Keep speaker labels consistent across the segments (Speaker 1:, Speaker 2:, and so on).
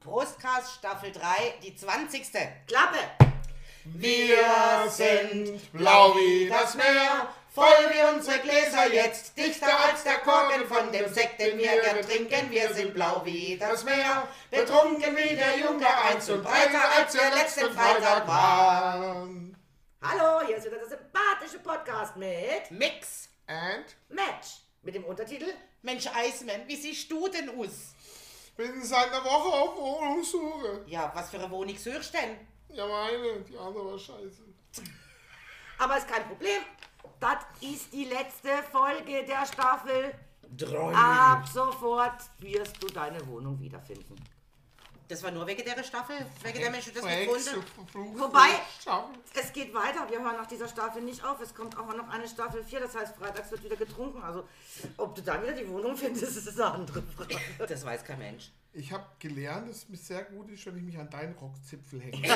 Speaker 1: Prostcast Staffel 3, die 20. Klappe!
Speaker 2: Wir sind blau wie das Meer, voll wie unsere Gläser jetzt, dichter als der Korken von dem Sekt, den wir gern trinken. Wir sind blau wie das Meer, betrunken wie der Junge, eins und breiter als wir letzten Freitag waren.
Speaker 3: Hallo, hier ist wieder der sympathische Podcast mit
Speaker 1: Mix!
Speaker 2: And?
Speaker 3: Match. Mit dem Untertitel
Speaker 1: Mensch Eismann, wie siehst du denn aus?
Speaker 2: Bin seit einer Woche auf Wohnungssuche.
Speaker 1: Ja, was für eine Wohnung suchst du denn?
Speaker 2: Ja, meine, die andere war scheiße.
Speaker 3: Aber ist kein Problem. Das ist die letzte Folge der Staffel. Ab sofort wirst du deine Wohnung wiederfinden.
Speaker 1: Das war nur wegen der Staffel, wegen der Menschen, das
Speaker 2: Projekt
Speaker 1: gefunden.
Speaker 2: zu Flug-
Speaker 3: Wobei-
Speaker 2: Schaffen.
Speaker 3: Es geht weiter. Wir hören nach dieser Staffel nicht auf. Es kommt auch noch eine Staffel 4. Das heißt, freitags wird wieder getrunken. Also, ob du dann wieder die Wohnung findest, ist eine andere Frage.
Speaker 1: Das weiß kein Mensch.
Speaker 2: Ich habe gelernt, dass es mir sehr gut ist, wenn ich mich an deinen Rockzipfel hänge.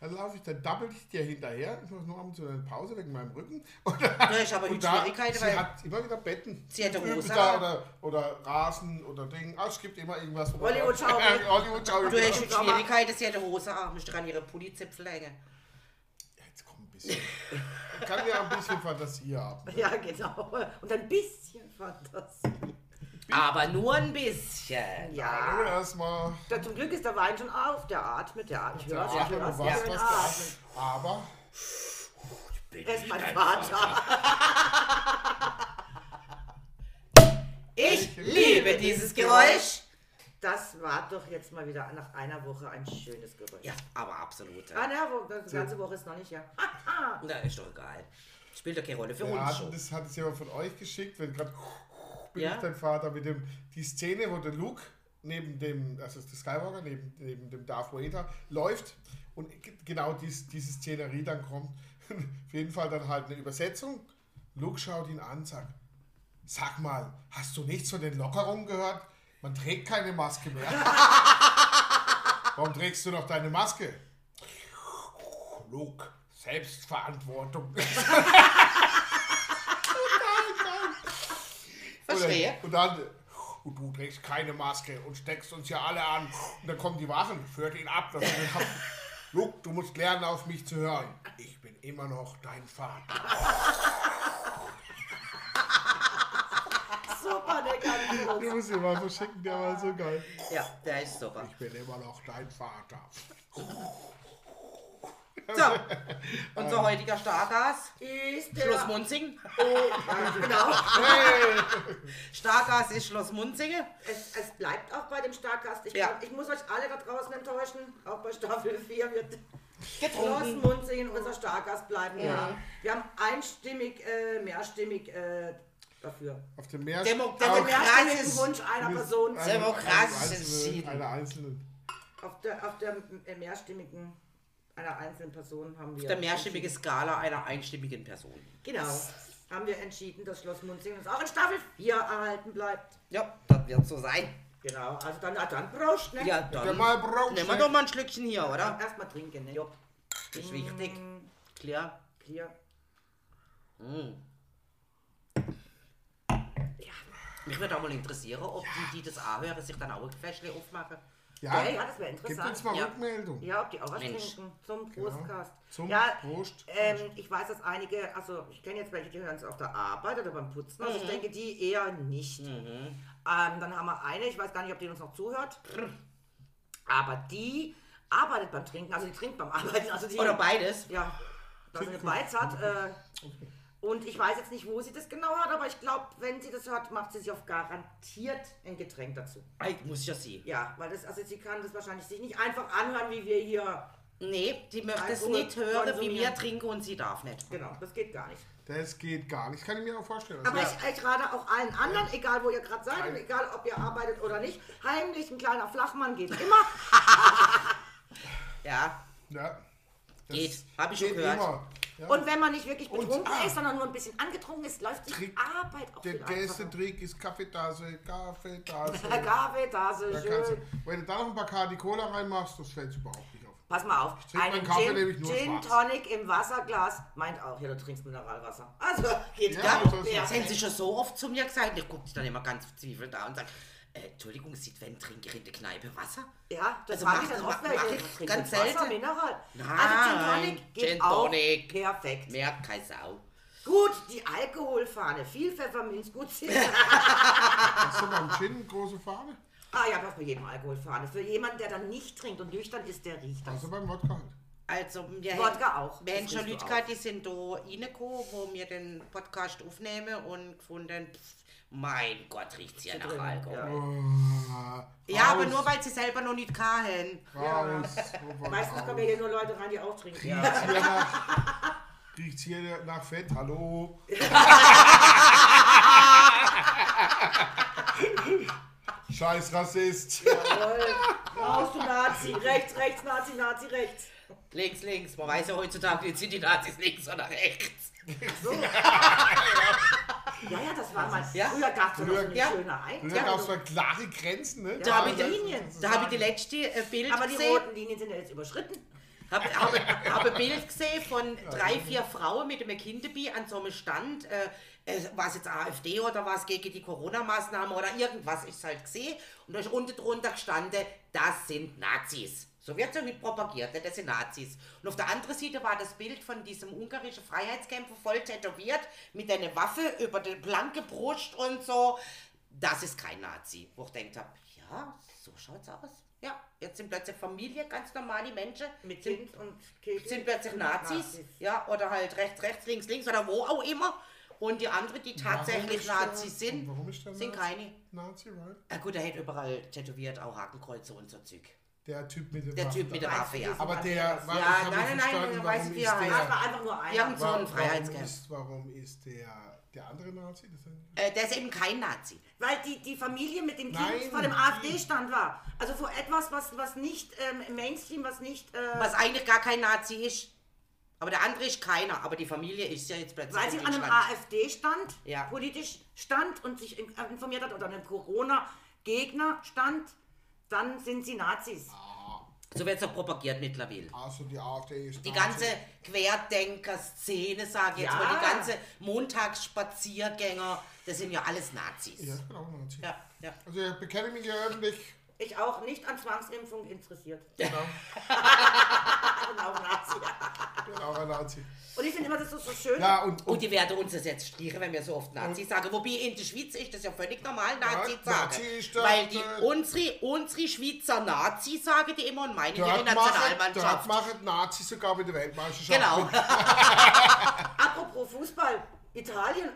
Speaker 2: dann laufe ich, dann dabbel ich dir hinterher. Ich mache nur ab und zu eine Pause wegen meinem Rücken. Und,
Speaker 1: Ja, ich habe
Speaker 2: und
Speaker 1: übel
Speaker 2: da,
Speaker 1: Schwierigkeiten,
Speaker 2: sie
Speaker 1: weil
Speaker 2: hat immer wieder Betten.
Speaker 1: Sie hätte
Speaker 2: Üben
Speaker 1: Rose,
Speaker 2: da
Speaker 1: aber-
Speaker 2: oder, oder Rasen oder Ding. Ah, es gibt immer irgendwas. wo man-
Speaker 3: Hollywood-Schaukel.
Speaker 2: Ja, Hollywood-Schaukel.
Speaker 1: du hast
Speaker 2: Jetzt
Speaker 1: schon Schwierigkeiten, dass sie an der Hose haben, musst dran ihre Pulli-Zipfel hängen.
Speaker 2: komm ein bisschen. Man kann ja ein bisschen Fantasie haben.
Speaker 3: Ja, genau. Und ein bisschen Fantasie.
Speaker 1: Aber nur ein bisschen.
Speaker 2: Hallo
Speaker 3: Ja.
Speaker 2: erstmal.
Speaker 3: Da, zum Glück ist der Wein schon auf. Der atmet, der atmet. Ich höre es, ich
Speaker 2: Atmen
Speaker 3: höre
Speaker 2: und
Speaker 3: es.
Speaker 2: was,
Speaker 3: Ja,
Speaker 2: was,
Speaker 3: genau. schön atmen.
Speaker 2: was. Aber
Speaker 3: Er ist mein Vater.
Speaker 1: Ich liebe dieses Geräusch.
Speaker 3: Das war doch jetzt mal wieder nach einer Woche ein schönes Geräusch.
Speaker 1: Ja, aber absolut.
Speaker 3: Ah, na, wo, das ganze Woche ist noch nicht, ja. Haha.
Speaker 1: Na, ist doch egal. Spielt doch keine Rolle für
Speaker 2: Ja,
Speaker 1: uns schon.
Speaker 2: das hat es jemand von euch geschickt, wenn gerade bin
Speaker 1: Ja.
Speaker 2: ich dein Vater mit dem die Szene, wo der Luke neben dem, also der Skywalker neben, neben dem Darth Vader läuft und ge- genau dies, diese Szenerie dann kommt. Auf jeden Fall dann halt eine Übersetzung. Luke schaut ihn an, sagt: Sag mal, hast du nichts von den Lockerungen gehört? Man trägt keine Maske mehr. Warum trägst du noch deine Maske? Luke, Selbstverantwortung.
Speaker 1: Verstehe.
Speaker 2: Und dann, und du trägst keine Maske und steckst uns ja alle an. Und dann kommen die Wachen, führt ihn ab. Dass du den Kopf- Luke, du musst lernen, auf mich zu hören. Ich bin immer noch dein Vater.
Speaker 3: Super, der ganze Woche.
Speaker 2: Du musst ihn Oh, mal verschicken, der war so geil.
Speaker 1: Ja, der ist super.
Speaker 2: Ich bin immer noch dein Vater.
Speaker 1: So,
Speaker 2: Ähm.
Speaker 1: unser heutiger Stargast,
Speaker 3: Ist der...
Speaker 1: Schloss Munzingen.
Speaker 3: Ja, genau.
Speaker 2: Hey!
Speaker 1: Stargast ist Schloss Munzingen.
Speaker 3: Es, es bleibt auch bei dem Starkast. Ich,
Speaker 1: Ja.
Speaker 3: glaub, ich muss euch alle da draußen enttäuschen. Auch bei Staffel 4 wird Klaus
Speaker 1: Getrunken.
Speaker 3: Munzingen unser Starkast bleiben. Ja. Wir haben einstimmig, äh, mehrstimmig äh, dafür.
Speaker 2: Auf dem Meer.
Speaker 1: Demo-
Speaker 2: Ah,
Speaker 1: Demo-
Speaker 3: Mehrstimmig
Speaker 1: Gratis.
Speaker 3: Wunsch einer Person.
Speaker 2: eine- eine
Speaker 1: Demokratisch
Speaker 2: einzelne-
Speaker 1: entschieden.
Speaker 2: Eine einzelne.
Speaker 3: Auf der, auf der äh, mehrstimmigen, einer einzelnen Person haben wir.
Speaker 1: Der mehrstimmige Skala einer einstimmigen Person.
Speaker 3: entschieden- Genau. Haben wir entschieden, dass Schloss Munzingen uns auch in Staffel 4 erhalten bleibt.
Speaker 1: Ja, das wird so sein.
Speaker 3: Genau. Also dann, ah, dann Prost, ne?
Speaker 1: Ja,
Speaker 2: Der
Speaker 1: dann
Speaker 2: mal braucht.
Speaker 1: nehmen wir doch mal ein Schlückchen hier, oder?
Speaker 3: Erstmal trinken, ne?
Speaker 1: Ja, ist wichtig. Klar.
Speaker 3: Hier.
Speaker 1: Mich würde auch mal interessieren, ob die, die das
Speaker 3: Ah,
Speaker 1: anhören, sich dann auch ein Gefäschle aufmachen.
Speaker 2: Ja,
Speaker 3: Ja, ja, das wäre
Speaker 2: gib
Speaker 3: interessant.
Speaker 2: uns mal
Speaker 1: Ja.
Speaker 2: Rückmeldung.
Speaker 3: Ja, ob die auch was
Speaker 1: Mensch.
Speaker 3: trinken zum Prostcast.
Speaker 2: Zum
Speaker 3: ja,
Speaker 2: Prost.
Speaker 3: Ähm, ich weiß, dass einige, also ich kenne jetzt welche, die hören es auf der Arbeit oder beim Putzen. Also
Speaker 1: Mhm.
Speaker 3: ich denke, die eher nicht. Ähm, dann haben wir eine, ich weiß gar nicht, ob die uns noch zuhört. Aber die arbeitet beim Trinken, also die trinkt beim Arbeiten. Also die,
Speaker 1: Oder beides.
Speaker 3: Ja, dass sie eine Beiz hat. Äh, und ich weiß jetzt nicht, wo sie das genau hat, aber ich glaube, wenn sie das hört, macht sie sich auf garantiert ein Getränk dazu.
Speaker 1: Ei, muss ja sie.
Speaker 3: Ja, weil das, also sie kann das wahrscheinlich sich nicht einfach anhören, wie wir hier.
Speaker 1: Nee, die möchte es
Speaker 3: Alkohol
Speaker 1: nicht hören, wie
Speaker 3: konsumieren.
Speaker 1: wir trinken und sie darf nicht.
Speaker 3: Genau, das geht gar nicht.
Speaker 2: Das geht gar nicht. Kann ich mir auch vorstellen. Also,
Speaker 3: Aber
Speaker 2: ja.
Speaker 3: ich, ich rate auch allen anderen, egal wo ihr gerade seid,
Speaker 2: Nein.
Speaker 3: und egal ob ihr arbeitet oder nicht, heimlich ein kleiner Flachmann geht immer.
Speaker 1: Ja,
Speaker 2: Ja. Das
Speaker 1: Geht. Hab ich schon
Speaker 2: geht
Speaker 1: gehört.
Speaker 2: Immer. Ja.
Speaker 3: Und wenn man nicht wirklich
Speaker 2: Und-
Speaker 3: betrunken
Speaker 2: ah.
Speaker 3: ist, sondern nur ein bisschen angetrunken ist, läuft die
Speaker 2: Trick-
Speaker 3: Arbeit auch
Speaker 2: Der
Speaker 3: viel
Speaker 2: beste
Speaker 3: einfacher.
Speaker 2: Trick ist Kaffeetasse, Kaffeetasse.
Speaker 3: Herr Gabe, da so
Speaker 2: Da kannst
Speaker 3: schön.
Speaker 2: du, wenn du da noch ein paar Kadi Cola reinmachst, das fällt überhaupt nicht auf.
Speaker 3: Pass mal auf,
Speaker 2: trinke meinen Kaffee nämlich
Speaker 3: Gin,
Speaker 2: nur
Speaker 3: Gin
Speaker 2: schwarz.
Speaker 3: Tonic im Wasserglas meint auch, ja, du trinkst Mineralwasser. Also geht
Speaker 2: Ja, das
Speaker 3: gar nicht
Speaker 2: ist-
Speaker 3: mehr.
Speaker 1: Das haben sie schon so oft zu mir gesagt. Ich gucke dich dann immer ganz verzweifelt an und sage, äh, Entschuldigung, sieht Sven, trinke ich in der Kneipe Wasser?
Speaker 3: Ja, das
Speaker 1: Also
Speaker 3: mache ich
Speaker 1: mach-
Speaker 3: dann
Speaker 1: mach-
Speaker 3: oft, weil ich
Speaker 1: mach
Speaker 3: trinke
Speaker 1: ich
Speaker 3: jetzt
Speaker 1: ganz
Speaker 3: Wasser,
Speaker 1: selten.
Speaker 3: Mineral. also Gin
Speaker 1: Nein,
Speaker 3: Tonic geht
Speaker 1: Gin
Speaker 3: auch
Speaker 1: Tonic.
Speaker 3: perfekt.
Speaker 1: Merkt keine Sau.
Speaker 3: Gut, die Alkoholfahne. Viel Pfefferminz, gut Zimt.
Speaker 2: Hast du mal einen Gin, große Fahne?
Speaker 3: Ah ja, aber bei jedem Alkoholfahne. Für jemanden, der dann nicht trinkt und nüchtern ist, der riecht das.
Speaker 2: Hast du beim Wodka halt.
Speaker 1: Also, wir
Speaker 3: Wodka
Speaker 1: haben-
Speaker 3: auch.
Speaker 1: Wir
Speaker 3: Das
Speaker 1: haben schon
Speaker 3: trinkst du
Speaker 1: Leute gehabt,
Speaker 3: auch.
Speaker 1: die sind da reingekommen, wo wir den Podcast aufnehmen und gefunden, pff, mein Gott, riecht hier nach
Speaker 3: drin,
Speaker 1: Alkohol.
Speaker 2: Oh,
Speaker 1: Ja, aber nur weil sie selber noch nicht kahen.
Speaker 2: Raus, Robert,
Speaker 3: Meistens kommen ja hier nur Leute rein, die auch trinken. Ja.
Speaker 2: Riecht's hier nach- Riecht's hier nach Fett, hallo. Scheiß Rassist.
Speaker 3: Jawohl. Raus, du Nazi. Rechts, rechts, Nazi, Nazi, rechts.
Speaker 1: Links, links. Man weiß ja heutzutage nicht, sind die Nazis links oder rechts.
Speaker 3: So. ja, ja, das war mal.
Speaker 1: Ja.
Speaker 3: Früher gab es noch so
Speaker 2: Früher-
Speaker 3: eine
Speaker 1: ja.
Speaker 3: schöne
Speaker 2: Da gab es
Speaker 3: Einteilung.
Speaker 2: mal klare Grenzen, ne?
Speaker 1: Da habe ich,
Speaker 3: aber
Speaker 1: die-
Speaker 3: Linien
Speaker 1: da habe ich die letzte äh, Bild
Speaker 3: Aber die
Speaker 1: gesehen.
Speaker 3: roten Linien sind ja jetzt überschritten.
Speaker 1: Habe hab, hab ein Bild gesehen von drei, vier Frauen mit einem Kind dabei an so einem Stand. Äh, äh, war es jetzt AfD oder was gegen die Corona-Maßnahmen oder irgendwas ist halt gesehen. Und da ist unten drunter gestanden, das sind Nazis. So wird es ja nicht propagiert, ne? das sind Nazis. Und auf der anderen Seite war das Bild von diesem ungarischen Freiheitskämpfer voll tätowiert, mit einer Waffe über die blanke Brust und so. Das ist kein Nazi. Wo ich denkt habe, ja, so schaut's aus. Ja, jetzt sind plötzlich Familie, ganz normale Menschen.
Speaker 3: Mit
Speaker 1: sind
Speaker 3: Kind und Kegel.
Speaker 1: sind plötzlich Nazis, ja, oder halt rechts, rechts, links, links oder wo auch immer. Und die anderen, die tatsächlich
Speaker 2: Warum ist der-
Speaker 1: Nazis sind,
Speaker 2: warum ist der
Speaker 1: sind
Speaker 2: Nazi?
Speaker 1: keine.
Speaker 2: Nazi, right?
Speaker 1: Ah, gut, er hat überall tätowiert, auch Hakenkreuze und so Zeug.
Speaker 2: Der Typ mit dem
Speaker 1: Der Typ mit der Waffe, ja.
Speaker 2: Aber der,
Speaker 3: Ja,
Speaker 2: ich
Speaker 1: nein,
Speaker 2: hab nicht
Speaker 1: nein, nein,
Speaker 2: verstanden,
Speaker 1: der
Speaker 2: warum
Speaker 1: weiß,
Speaker 2: ist
Speaker 1: wie er
Speaker 2: der-
Speaker 1: heißt.
Speaker 3: Das war einfach nur
Speaker 1: Ja.
Speaker 3: einer.
Speaker 1: So ein
Speaker 2: warum-
Speaker 1: Freiheitskämpfer.
Speaker 2: Warum ist, warum ist der, der andere Nazi? Das ist ein-
Speaker 1: Äh, der ist eben kein Nazi.
Speaker 3: Weil die, die Familie mit dem Kind
Speaker 2: Nein,
Speaker 3: vor dem
Speaker 2: die-
Speaker 3: AfD-Stand war. Also vor etwas, was, was nicht ähm, Mainstream, was nicht. Äh,
Speaker 1: Was eigentlich gar kein Nazi ist. Aber der andere ist keiner, aber die Familie ist ja jetzt plötzlich.
Speaker 3: weil sie
Speaker 1: in
Speaker 3: an einem
Speaker 1: Deutschland.
Speaker 3: AfD-Stand,
Speaker 1: Ja.
Speaker 3: politisch stand und sich in- äh, informiert hat oder an einem Corona-Gegner stand, dann sind sie Nazis.
Speaker 1: so wird es auch propagiert mittlerweile.
Speaker 2: Also die AfD ist
Speaker 1: Die
Speaker 2: Nazi.
Speaker 1: ganze Querdenker-Szene, sage ich jetzt
Speaker 3: Ja.
Speaker 1: mal, die ganze Montagsspaziergänger, das sind ja alles Nazis.
Speaker 2: Ja, ich bin auch Nazi.
Speaker 1: ja. ja.
Speaker 2: Also ich bekenne mich ja öffentlich.
Speaker 3: Ich auch nicht an Zwangsimpfung interessiert. Genau. und auch Nazi.
Speaker 2: Ich bin auch Genau, ein Nazi.
Speaker 3: Und ich finde immer das so, so schön.
Speaker 2: Ja, und,
Speaker 1: Und die werden uns das jetzt strichen, wenn wir so oft Nazi sagen. Wobei in der Schweiz ist das ja völlig normal, Nazi
Speaker 2: Ja,
Speaker 1: zu sagen.
Speaker 2: Nazi ist das,
Speaker 1: Weil die
Speaker 2: äh,
Speaker 1: unsere, unsere Schweizer Nazi sagen die immer und meinen ihre
Speaker 2: dort machen, dort
Speaker 1: Nationalmannschaft.
Speaker 2: machen Nazis sogar bei der Weltmeisterschaft.
Speaker 1: Genau.
Speaker 3: Apropos Fußball, Italien,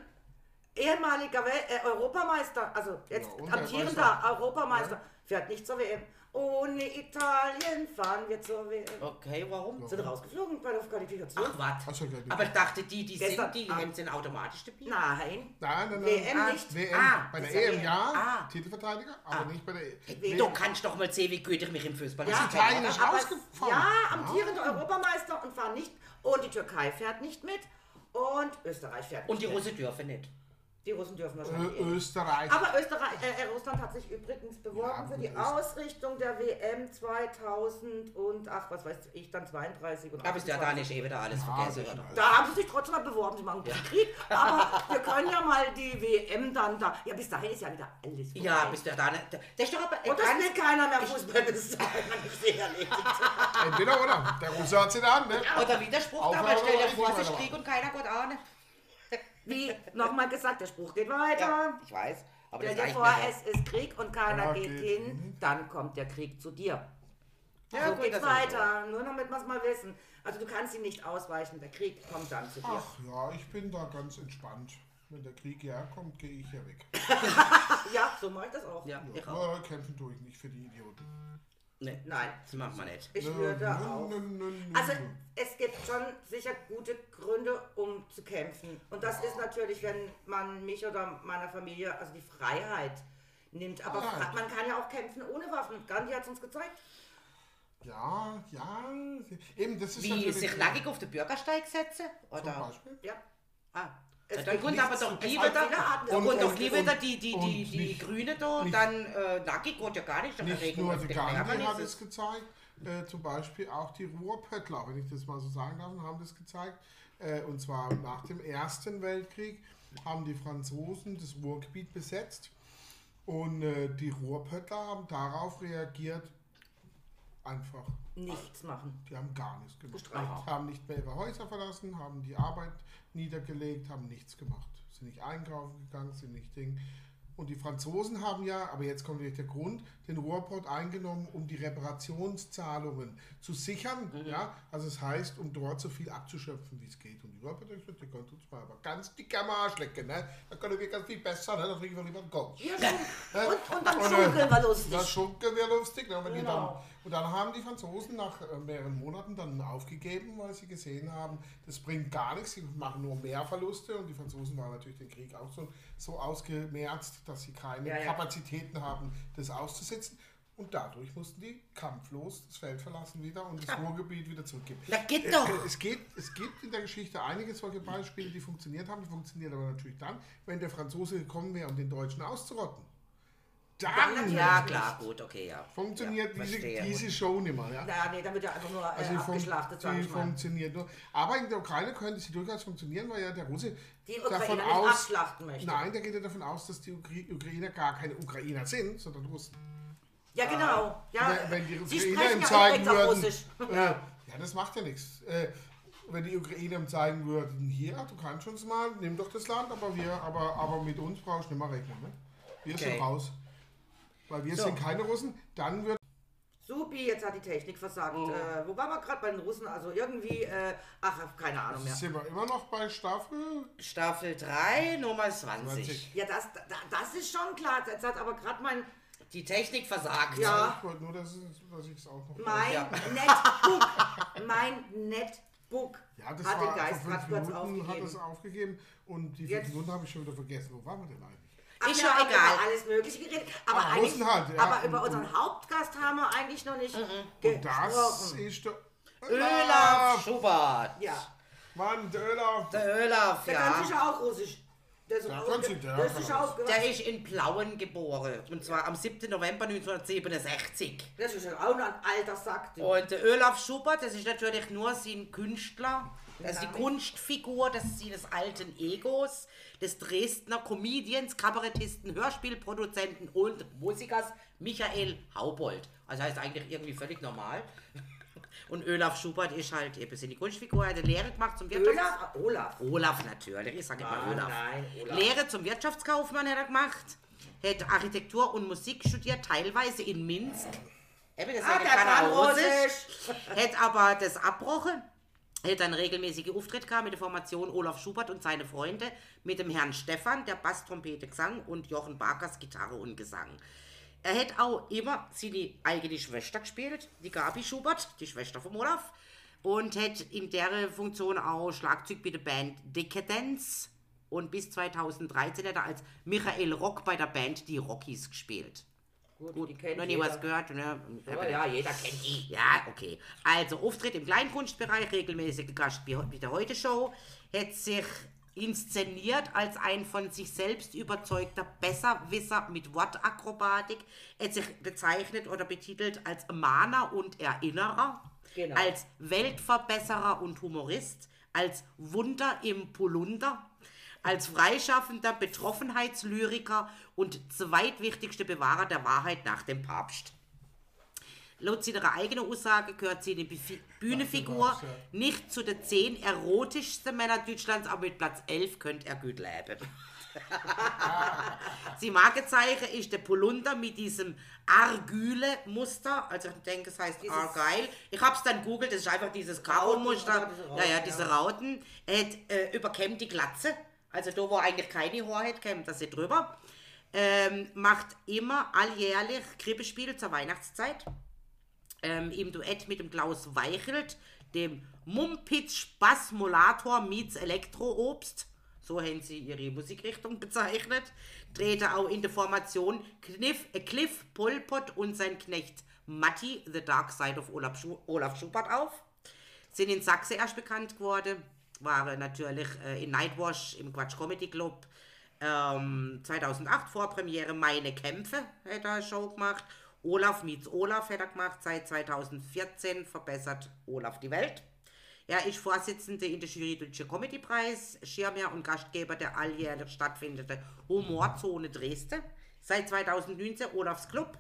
Speaker 3: ehemaliger Wel äh, Europameister, also jetzt
Speaker 2: Ja, und
Speaker 3: amtierender Europameister, fährt nicht zur WM. Ohne Italien fahren wir zur WM.
Speaker 1: Okay, warum?
Speaker 3: Sind rausgeflogen bei der Qualifikation?
Speaker 1: Ach, was?
Speaker 2: Hast du gleich
Speaker 1: Aber ich dachte, die, die
Speaker 3: Gestern
Speaker 1: sind, die
Speaker 3: Abend.
Speaker 1: haben sind automatisch dabei.
Speaker 3: Nein.
Speaker 2: Nein, nein, nein.
Speaker 3: WM
Speaker 2: Ah,
Speaker 3: nicht.
Speaker 2: WM.
Speaker 1: Ah,
Speaker 2: bei
Speaker 1: das
Speaker 2: der
Speaker 1: ist ja
Speaker 2: EM ja,
Speaker 1: Ah.
Speaker 2: Titelverteidiger, aber nicht bei der E EM.
Speaker 1: Du kannst doch mal sehen, wie gut ich mich im Fußball
Speaker 3: Ja,
Speaker 1: auskenne,
Speaker 2: Italien
Speaker 1: oder?
Speaker 2: ist
Speaker 3: Aber-
Speaker 2: rausgefallen.
Speaker 3: Ja, amtierender Europameister und fahren nicht. Und die Türkei fährt nicht mit. Und Österreich fährt
Speaker 1: Und die
Speaker 3: nicht mit.
Speaker 1: Russen dürfen nicht.
Speaker 3: Die Russen dürfen wahrscheinlich. eh
Speaker 2: Ö
Speaker 3: nicht.
Speaker 2: Österreich.
Speaker 3: Aber Österreich, äh, äh, Russland hat sich übrigens beworben
Speaker 2: Ja,
Speaker 3: für
Speaker 2: gut,
Speaker 3: die
Speaker 2: Öst-
Speaker 3: Ausrichtung der WM 2000 und ach, was weiß ich, dann 32 und
Speaker 1: Aber ist ja da
Speaker 3: 28.
Speaker 1: nicht eh wieder alles
Speaker 2: Ja,
Speaker 1: vergessen,
Speaker 2: das ist
Speaker 1: oder?
Speaker 2: alles.
Speaker 3: Da haben sie sich trotzdem mal beworben, sie machen einen Krieg, aber wir können ja mal die WM dann da. Ja, bis dahin ist ja wieder alles vorbei.
Speaker 1: Ja, bist du ja da nicht. Der ist doch aber
Speaker 3: und das
Speaker 1: ganz-
Speaker 3: will keiner mehr Fußball bezahlen, wenn ich sehe erledigt.
Speaker 2: Entweder oder. Der Russe hat sie in der Hand, ne?
Speaker 1: Oder Widerspruch,
Speaker 2: Aufhören,
Speaker 1: aber stell dir
Speaker 2: aber
Speaker 1: vor, es
Speaker 2: nicht
Speaker 1: ist
Speaker 2: weitermachen.
Speaker 1: Krieg und keiner Gott ahne.
Speaker 3: Wie nochmal gesagt, der Spruch geht weiter.
Speaker 1: Ja, ich weiß. Aber das
Speaker 3: Stell dir
Speaker 1: reicht
Speaker 3: vor,
Speaker 1: mir
Speaker 3: es ist Krieg und keiner
Speaker 2: Ja,
Speaker 3: geht
Speaker 2: geht
Speaker 3: hin, dann kommt der Krieg zu dir.
Speaker 1: Ja,
Speaker 3: so
Speaker 1: gut,
Speaker 3: geht's
Speaker 1: das ist
Speaker 3: weiter, nur damit wir es mal wissen. Also du kannst ihm nicht ausweichen, der Krieg kommt dann zu dir.
Speaker 2: Ach ja, ich bin da ganz entspannt. Wenn der Krieg hierher kommt, gehe ich hier weg.
Speaker 3: Ja, so mache ich das auch.
Speaker 1: ja, ich auch.
Speaker 2: Ja, kämpfen tue ich nicht für die Idioten.
Speaker 1: Nee,
Speaker 3: Nein.
Speaker 1: das macht man nicht.
Speaker 3: Ich
Speaker 2: Nö,
Speaker 3: würde
Speaker 2: nö,
Speaker 3: auch.
Speaker 2: nö, nö, nö,
Speaker 3: Also
Speaker 2: nö.
Speaker 3: es gibt schon sicher gute Gründe, um zu kämpfen. Und das ist natürlich, wenn man mich oder meiner Familie, also die Freiheit nimmt. Aber
Speaker 2: Freiheit.
Speaker 3: fra- man kann ja auch kämpfen ohne Waffen. Gandhi hat es uns gezeigt.
Speaker 2: Ja, ja. Eben, das ist
Speaker 1: Wie
Speaker 2: natürlich-
Speaker 1: sich nackig auf den Bürgersteig setzen?
Speaker 2: Zum
Speaker 1: Oder?
Speaker 2: Beispiel.
Speaker 3: Ja.
Speaker 1: Ah.
Speaker 3: Es
Speaker 1: Dann
Speaker 3: gibt
Speaker 1: kommt aber
Speaker 3: nichts-
Speaker 1: doch
Speaker 3: es
Speaker 1: die
Speaker 3: gibt
Speaker 1: wieder,
Speaker 3: viele Arten des
Speaker 1: und,
Speaker 2: Und-
Speaker 1: doch
Speaker 2: und-
Speaker 1: die wieder, die, die,
Speaker 2: und
Speaker 1: die, die
Speaker 2: nicht-
Speaker 1: Grüne da,
Speaker 2: nicht-
Speaker 1: dann äh, nackig geht ja gar nicht. Dann
Speaker 2: Nicht
Speaker 1: regen
Speaker 2: nur
Speaker 1: wir
Speaker 2: die
Speaker 1: den
Speaker 2: Gandhi hat
Speaker 1: Ärgernis.
Speaker 2: es gezeigt, äh, zum Beispiel auch die Ruhrpöttler, wenn ich das mal so sagen darf, haben das gezeigt. Äh, und zwar nach dem Ersten Weltkrieg haben die Franzosen das Ruhrgebiet besetzt Und äh, die Ruhrpötter haben darauf reagiert, einfach.
Speaker 3: Nichts machen.
Speaker 2: Die haben gar nichts gemacht. Halt,
Speaker 3: Gestreikt.
Speaker 2: Haben nicht mehr ihre Häuser verlassen, haben die Arbeit niedergelegt, haben nichts gemacht. Sind nicht einkaufen gegangen, sind nicht Ding. Und die Franzosen haben ja, aber jetzt kommt natürlich der Grund, den Ruhrpott eingenommen, um die Reparationszahlungen zu sichern.
Speaker 3: Mhm.
Speaker 2: Ja? Also es heißt, um dort so viel abzuschöpfen, wie es geht. Und die Ruhrpotter, die können uns mal aber ganz dick am Arsch lecken. Ne? Da können wir ganz viel besser, ne? da kriegen wir lieber einen Gold.
Speaker 3: Ja, schon. Und, und dann
Speaker 2: Und, äh,
Speaker 3: schunkeln wir
Speaker 2: Das
Speaker 3: lustig.
Speaker 2: Schunke wäre lustig. Ne? Wenn die dann,
Speaker 3: Genau.
Speaker 2: und dann haben die Franzosen nach äh, mehreren Monaten dann aufgegeben, weil sie gesehen haben, das bringt gar nichts, sie machen nur mehr Verluste. Und die Franzosen waren natürlich den Krieg auch so, so ausgemerzt, dass sie keine
Speaker 3: Ja, ja.
Speaker 2: Kapazitäten haben, das auszusetzen. Und dadurch mussten die kampflos das Feld verlassen wieder und das Ruhrgebiet wieder zurückgeben. Äh,
Speaker 1: Na, geht doch.
Speaker 2: Es gibt, es gibt in der Geschichte einige solche Beispiele, die funktioniert haben. Die funktionieren aber natürlich dann, wenn der Franzose gekommen wäre, um den Deutschen auszurotten. Dann,
Speaker 1: Ja, klar, gut, okay, ja.
Speaker 2: funktioniert
Speaker 1: ja,
Speaker 2: diese,
Speaker 1: verstehe.
Speaker 2: diese Show nicht mehr. Ja?
Speaker 3: Naja, nee, dann wird ja einfach nur äh,
Speaker 2: Also die, fun
Speaker 3: abgeschlachtet, sag
Speaker 2: die
Speaker 3: ich mal.
Speaker 2: funktioniert nur. Aber in der Ukraine könnte sie durchaus funktionieren, weil ja der Russe
Speaker 3: Die
Speaker 2: davon
Speaker 3: Ukraine nicht
Speaker 2: aus.
Speaker 3: abschlachten möchte.
Speaker 2: Nein, der geht ja davon aus, dass die Ukra Ukrainer gar keine Ukrainer sind, sondern Russen.
Speaker 3: Ja, genau. Ja,
Speaker 2: äh, wenn, wenn die
Speaker 3: sie
Speaker 2: Ukrainer
Speaker 3: sprechen
Speaker 2: ihm
Speaker 3: ja
Speaker 2: zeigen
Speaker 3: direkt auf
Speaker 2: würden.
Speaker 3: Russisch.
Speaker 2: Äh, ja, das macht ja nichts. Äh, wenn die Ukrainer ihm zeigen würden, hier, du kannst uns mal, nimm doch das Land, aber wir, aber, aber mit uns brauchst du nicht mehr rechnen. Ne? Wir
Speaker 1: Okay.
Speaker 2: sind raus. Weil wir
Speaker 1: So.
Speaker 2: sind keine Russen, dann wird
Speaker 3: Supi, jetzt hat die Technik versagt.
Speaker 1: Oh.
Speaker 3: Äh, wo waren wir gerade bei den Russen? Also irgendwie, äh, ach, keine Ahnung mehr.
Speaker 2: sind wir immer noch bei Staffel
Speaker 1: Staffel 3, Nummer 20.
Speaker 2: 20.
Speaker 3: Ja, das, da, das ist schon klar. Jetzt hat aber gerade mein,
Speaker 1: Die Technik versagt.
Speaker 3: Ja.
Speaker 2: Ich wollte nur, dass es- dass ich es auch noch.
Speaker 3: mein
Speaker 1: Ja.
Speaker 3: Netbook, mein Netbook
Speaker 2: ja, das
Speaker 3: hat
Speaker 2: war
Speaker 3: den Geist
Speaker 2: vor
Speaker 3: gerade
Speaker 2: fünf
Speaker 3: kurz
Speaker 2: Minuten hat es
Speaker 3: aufgegeben.
Speaker 2: aufgegeben und die
Speaker 3: Jetzt-
Speaker 2: fünf Minuten habe ich schon wieder vergessen. Wo waren wir denn eigentlich?
Speaker 3: Ach,
Speaker 1: Ist
Speaker 3: wir
Speaker 1: ja
Speaker 3: haben
Speaker 1: egal.
Speaker 3: Über alles Mögliche geredet. Aber,
Speaker 2: Ah,
Speaker 3: eigentlich,
Speaker 2: Russen halt, ja.
Speaker 3: aber über
Speaker 2: Und-
Speaker 3: unseren Hauptgast haben wir eigentlich noch
Speaker 1: Mhm.
Speaker 3: nicht
Speaker 2: Und das
Speaker 3: gesprochen.
Speaker 2: ist der Ah.
Speaker 1: Olaf Schubert.
Speaker 3: Ja.
Speaker 2: Mann, der Olaf!
Speaker 1: Der Olaf,
Speaker 3: Der
Speaker 1: ja.
Speaker 3: kann sicher auch Russisch. Der ist,
Speaker 2: Ja,
Speaker 3: auch-
Speaker 2: kannst du,
Speaker 3: der,
Speaker 2: der
Speaker 3: der ist
Speaker 2: kann
Speaker 3: sicher
Speaker 2: alles.
Speaker 3: auch gewachsen.
Speaker 1: Der ist in Plauen geboren. Und zwar am 7. November 1967.
Speaker 3: Das ist ja auch noch ein alter Sack. du.
Speaker 1: Und der Olaf Schubert, das ist natürlich nur sein Künstler, also die
Speaker 3: Name.
Speaker 1: Kunstfigur des, seines alten Egos, des Dresdner Comedians, Kabarettisten, Hörspielproduzenten und Musikers Michael Haubold. Also heißt eigentlich irgendwie völlig normal. Und Olaf Schubert ist halt eben seine Kunstfigur, er hat eine Lehre gemacht zum Wirtschafts...
Speaker 3: Olaf? Olaf.
Speaker 1: Olaf natürlich, ich sage
Speaker 3: Ah,
Speaker 1: immer Olaf.
Speaker 3: nein, Olaf.
Speaker 1: Lehre zum Wirtschaftskaufmann hat er gemacht, hat Architektur und Musik studiert, teilweise in Minsk. Eben, das
Speaker 3: Ah,
Speaker 1: sagt
Speaker 3: der
Speaker 1: keiner
Speaker 3: kann
Speaker 1: Hat aber das abbrochen, hat dann regelmäßige Auftritt gehabt mit der Formation Olaf Schubert und seine Freunde, mit dem Herrn Stefan, der Bass, Trompete, Gesang und Jochen Barkers Gitarre und Gesang. Er hat auch immer seine eigene Schwester gespielt, die Gabi Schubert, die Schwester von Olaf, und hat in der Funktion auch Schlagzeug bei der Band Decadence und bis 2013 hat er als Michael Rock bei der Band die Rockies gespielt.
Speaker 3: Gut,
Speaker 1: Gut,
Speaker 3: die kennt
Speaker 1: noch nie
Speaker 3: jeder.
Speaker 1: was gehört, ne?
Speaker 3: Aber ja, jeder kennt die.
Speaker 1: Ja, okay. Also Auftritt im Kleinkunstbereich, regelmäßige Gast bei bei der Heute Show, hat sich inszeniert als ein von sich selbst überzeugter Besserwisser mit Wortakrobatik, hat sich bezeichnet oder betitelt als Mahner und Erinnerer,
Speaker 3: Genau.
Speaker 1: als Weltverbesserer und Humorist, als Wunder im Polunder, als freischaffender Betroffenheitslyriker und zweitwichtigste Bewahrer der Wahrheit nach dem Papst. Laut seiner eigenen Aussage gehört sie in die Bifi- Bühnenfigur
Speaker 2: Ach, du warst,
Speaker 1: nicht zu den zehn erotischsten Männern Deutschlands, aber mit Platz 11 könnte er gut leben. sie Markenzeichen ist der Polunder mit diesem Argyle-Muster. Also ich denke, es heißt
Speaker 3: Dieses-
Speaker 1: Argyle. Ich habe es dann googelt, das ist einfach dieses Grauenmuster.
Speaker 3: Rauten, diese Rauten,
Speaker 1: Ja, ja,
Speaker 3: ja.
Speaker 1: diese Rauten. Er hat, äh, überkämmt die Glatze. Also da, wo er eigentlich keine Haare hat, kämmt er sie drüber. Ähm, macht immer alljährlich Krippespiele zur Weihnachtszeit ähm, im Duett mit dem Klaus Weichelt, dem Mumpitz Spasmulator meets Elektroobst, so haben sie ihre Musikrichtung bezeichnet, drehte auch in der Formation Kniff, äh, Cliff Polpot und sein Knecht Matti, The Dark Side of Olaf, Schu Olaf Schubert auf, sind in Sachse erst bekannt geworden, waren natürlich äh, in Nightwash im Quatsch Comedy Club, ähm, 2008 Vorpremiere Meine Kämpfe hat er eine Show gemacht. Olaf meets Olaf hat er gemacht. Seit 2014 verbessert Olaf die Welt. Er ist Vorsitzender in der Jury Deutsche Comedy Preis, Schirmherr und Gastgeber der alljährlich stattfindenden Humorzone Dresden. Seit 2019 Olafs Club.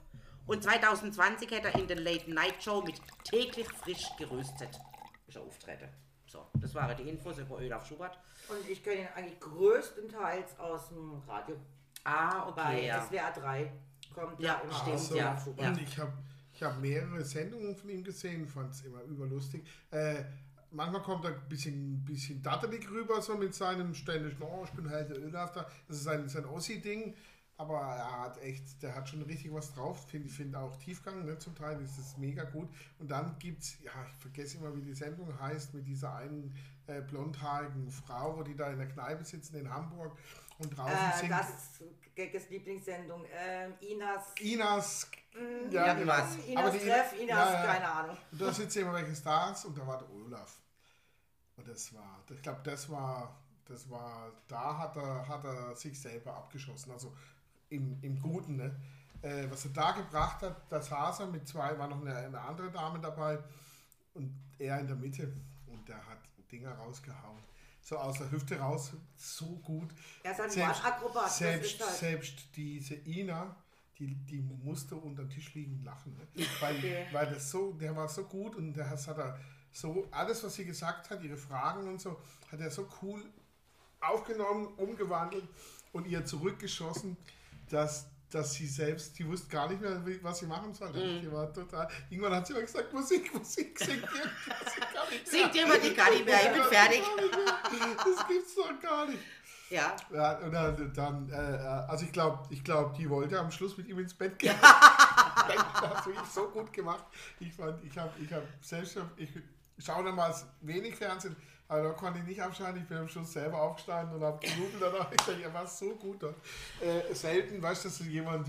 Speaker 1: Und 2020 hätte er in der Late Night Show mit täglich frisch geröstet. Ist er auftreten. So, das waren die Infos über Olaf Schubert.
Speaker 3: Und ich kenne ihn eigentlich größtenteils aus dem Radio.
Speaker 1: Ah,
Speaker 3: Bei
Speaker 1: okay. Ja.
Speaker 3: SWR 3 kommt
Speaker 1: Ja,
Speaker 3: da immer
Speaker 1: stimmt,
Speaker 3: aus.
Speaker 2: Also,
Speaker 1: ja.
Speaker 2: Und ich habe ich hab mehrere Sendungen von ihm gesehen, fand es immer überlustig. Äh, manchmal kommt er ein bisschen, bisschen dattelig rüber, so mit seinem ständigen, oh, ich bin halt der Ölhafter. Das ist sein, sein Ossi-Ding. Aber er hat echt, der hat schon richtig was drauf. Find, ich finde auch Tiefgang, ne? zum Teil ist es mega gut. Und dann gibt's, ja, ich vergesse immer, wie die Sendung heißt, mit dieser einen äh, blondhaarigen Frau, wo die da in der Kneipe sitzen in Hamburg und draußen
Speaker 3: Äh,
Speaker 2: singt.
Speaker 3: das ist Geckes Lieblingssendung. Ähm, Inas.
Speaker 2: Inas, ja,
Speaker 1: ja,
Speaker 2: genau.
Speaker 1: was.
Speaker 2: Aber
Speaker 3: Mhm. Inas
Speaker 2: die-
Speaker 3: Treff,
Speaker 2: ja,
Speaker 3: Inas,
Speaker 2: ja.
Speaker 3: keine Ahnung.
Speaker 2: Und da sitzen immer welche Stars und da war der Olaf. Und das war, ich glaube, das war, das war, da hat er, hat er sich selber abgeschossen. Also im, im Guten, ne? Äh, was er da gebracht hat, das Haser mit zwei, war noch eine, eine andere Dame dabei und er in der Mitte. Und der hat Dinger rausgehauen. So aus der Hüfte raus, so gut.
Speaker 3: Er ist halt ein Akrobat, das
Speaker 2: Selbst,
Speaker 3: ist halt-
Speaker 2: selbst diese Ina, die, die musste unter dem Tisch liegen lachen. Ne? Weil,
Speaker 3: Okay.
Speaker 2: weil das so, der war so gut und der hat, hat er so, alles, was sie gesagt hat, ihre Fragen und so, hat er so cool aufgenommen, umgewandelt und ihr zurückgeschossen, dass, dass sie selbst, die wusste gar nicht mehr, wie- was sie machen sollte. Die war total, irgendwann hat sie immer gesagt, Musik, Musik, singt irgendwas. ich kann nicht mehr.
Speaker 1: Singt jemand die Kali mehr, ich bin fertig.
Speaker 2: Das gibt's doch gar nicht.
Speaker 1: Ja.
Speaker 2: Ja, und dann, dann äh, also ich glaube, ich glaub, die wollte am Schluss mit ihm ins Bett gehen. das habe ich so gut gemacht. Ich fand, ich habe ich hab selbst, schon- ich schaue damals wenig Fernsehen, aber da konnte ich nicht abschalten. Ich bin am Schluss selber aufgestanden und habe gerufen danach. Ich sage, er war so gut dort. Äh, selten, weißt du, dass jemand,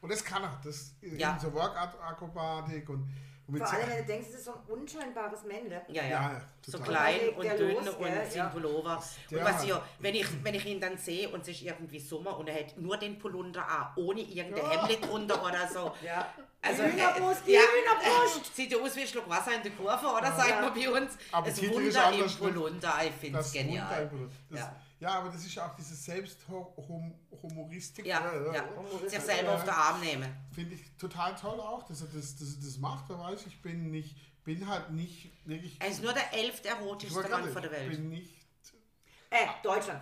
Speaker 2: und das kann er, das
Speaker 1: Ja.
Speaker 2: ja. so Work-Akrobatik und, und mit
Speaker 3: Vor
Speaker 2: so-
Speaker 3: allem, wenn du denkst, es ist so ein unscheinbares Männle.
Speaker 1: Ja, ja.
Speaker 2: Ja,
Speaker 1: so
Speaker 2: total.
Speaker 1: klein
Speaker 3: Überlegt
Speaker 1: und
Speaker 3: der
Speaker 1: dünn
Speaker 3: los,
Speaker 1: und
Speaker 3: gell?
Speaker 1: sein
Speaker 3: Ja.
Speaker 1: Pullover.
Speaker 2: Der
Speaker 1: und was
Speaker 2: hat-
Speaker 1: ich, wenn ich, wenn ich ihn dann sehe und es ist irgendwie Sommer und er hat nur den Polunder an, ohne irgendein
Speaker 2: Ja.
Speaker 1: Hemd drunter oder so.
Speaker 3: Ja.
Speaker 1: Also,
Speaker 3: Die Hühnerbrust, die
Speaker 1: ja,
Speaker 3: Hühnerbrust.
Speaker 1: Sieht ja aus wie ein Schluck Wasser in der Kurve, oder? Sagt man bei uns.
Speaker 2: Aber
Speaker 1: das
Speaker 2: Titel ist
Speaker 1: Wunder im
Speaker 2: anders, ne?
Speaker 1: Polunder, ich finde es genial.
Speaker 2: Wundheilmittel. Das,
Speaker 1: Ja.
Speaker 2: ja. aber das ist ja auch diese Selbsthumoristik.
Speaker 1: Ja, ja. Sich selber auf den Arm nehmen.
Speaker 2: Finde ich total toll auch, dass er das, dass er das macht. Da weiß ich, ich bin nicht, bin halt nicht wirklich.
Speaker 1: Er ist nur der elfte
Speaker 2: Ich
Speaker 1: erotischste
Speaker 2: wollte
Speaker 1: Mann
Speaker 2: gerade-
Speaker 1: von der
Speaker 2: Ich
Speaker 1: Welt.
Speaker 2: bin nicht.
Speaker 3: Äh, Deutschland.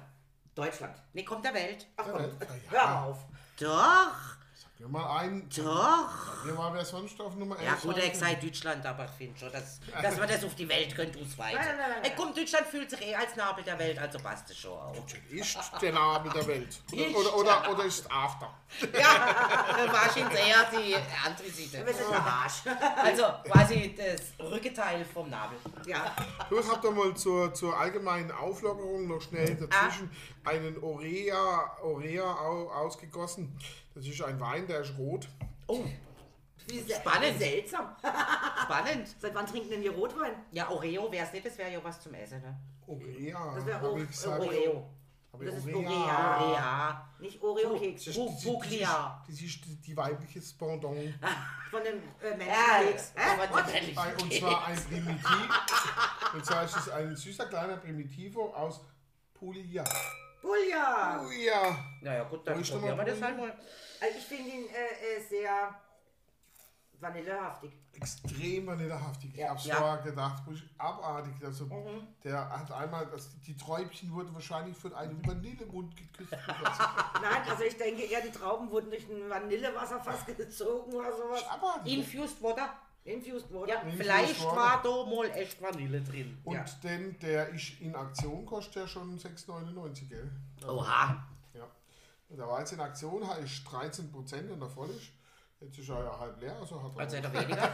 Speaker 3: Deutschland.
Speaker 1: Nee, kommt der Welt.
Speaker 3: Ach komm,
Speaker 2: Ja, ja.
Speaker 3: hör auf.
Speaker 1: Doch,
Speaker 2: Sag mir mal einen.
Speaker 1: doch.
Speaker 2: Sag mir mal, wer sonst auf Nummer 11
Speaker 1: Ja gut,
Speaker 2: sein
Speaker 1: ich sei Deutschland, aber ich finde schon, dass, dass man das auf die Welt könnte ausweiten.
Speaker 3: Nein, nein, nein, nein.
Speaker 1: Ey, komm, Deutschland fühlt sich eh als Nabel der Welt, also passt es schon auch.
Speaker 2: Ist der Name der Welt.
Speaker 1: Ist
Speaker 2: Oder, oder, oder, oder ist After.
Speaker 1: Ja, dann war schon eher die andere
Speaker 3: Wir
Speaker 1: Seite.
Speaker 3: sind der Arsch.
Speaker 1: Also quasi das Rückteil vom Nabel.
Speaker 3: ja.
Speaker 2: Du, ich habe da mal zur, zur allgemeinen Auflockerung noch schnell dazwischen einen Orea, Orea au- ausgegossen. Das ist ein Wein, der ist rot.
Speaker 1: Oh,
Speaker 3: Wie se-
Speaker 1: Spannend.
Speaker 3: Wie seltsam.
Speaker 1: spannend.
Speaker 3: Seit wann trinken denn wir Rotwein?
Speaker 1: Ja, Oreo wäre es nicht, das wäre ja was zum Essen. Ne?
Speaker 2: Orea,
Speaker 3: Das wäre
Speaker 2: habe ich
Speaker 3: Oreo.
Speaker 2: gesagt.
Speaker 3: Oreo.
Speaker 2: Hab ich
Speaker 3: Das ist
Speaker 2: Orea.
Speaker 1: Orea.
Speaker 3: Nicht
Speaker 2: Das ist-
Speaker 3: Oreo-Keks.
Speaker 1: Oh,
Speaker 2: das ist-
Speaker 1: Buglia.
Speaker 2: Das ist die- die weibliche Pendant.
Speaker 1: Ah,
Speaker 3: Von dem äh,
Speaker 1: Ja,
Speaker 3: Menschenkeks. Hä?
Speaker 1: aber
Speaker 3: What?
Speaker 1: natürlich.
Speaker 2: Ein- Und zwar ein Primitiv. Und zwar ist es ein süßer kleiner Primitivo aus Puglia.
Speaker 3: Bulja.
Speaker 2: Puglia.
Speaker 1: Naja gut, dann
Speaker 2: Wo ist nochmal
Speaker 1: probieren wir das halt
Speaker 2: Oreo?
Speaker 1: mal.
Speaker 3: Also ich finde ihn äh, äh, sehr vanillehaftig.
Speaker 2: extrem vanillehaftig. Ich
Speaker 3: Ja.
Speaker 2: habe
Speaker 1: Ja.
Speaker 2: ja. gedacht, wo ich abartig. Also, Der hat einmal, das, die Träubchen wurden wahrscheinlich von einem Vanillemund geküsst. Das ist
Speaker 3: Nein, also ich denke eher, die Trauben wurden durch ein Vanillewasserfass gezogen oder sowas.
Speaker 2: abartig.
Speaker 1: Infused Water.
Speaker 3: Infused wurde.
Speaker 1: Ja,
Speaker 2: Infused
Speaker 1: vielleicht
Speaker 2: Water.
Speaker 1: war da mal echt Vanille drin.
Speaker 2: Und
Speaker 1: ja.
Speaker 2: denn der ist in Aktion, kostet ja schon 6,99, gell?
Speaker 1: Oha.
Speaker 2: Ja. Und der war jetzt in Aktion, hat ist 13% und da voll ist. Jetzt ist er ja halb leer, also hat er.
Speaker 1: Also hätte er weniger.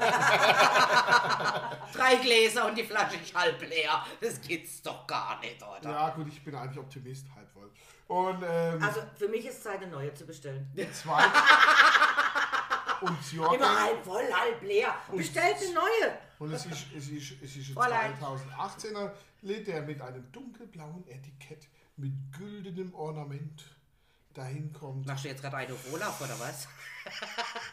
Speaker 1: Drei Gläser und die Flasche ist halb leer. Das geht's doch gar nicht, oder?
Speaker 2: ja, gut, ich bin eigentlich Optimist, halb voll. Und ähm,
Speaker 3: Also für mich ist Zeit, eine neue zu bestellen.
Speaker 2: zwei. und
Speaker 3: Immer
Speaker 2: Jordan.
Speaker 3: halb voll, halb leer. Bestellt eine neue.
Speaker 2: Und es ist, es ist, es ist ein
Speaker 1: Fräulein.
Speaker 2: 2018er Lied, der mit einem dunkelblauen Etikett mit güldenem Ornament dahin kommt.
Speaker 1: Machst du jetzt gerade einen auf Olaf oder was?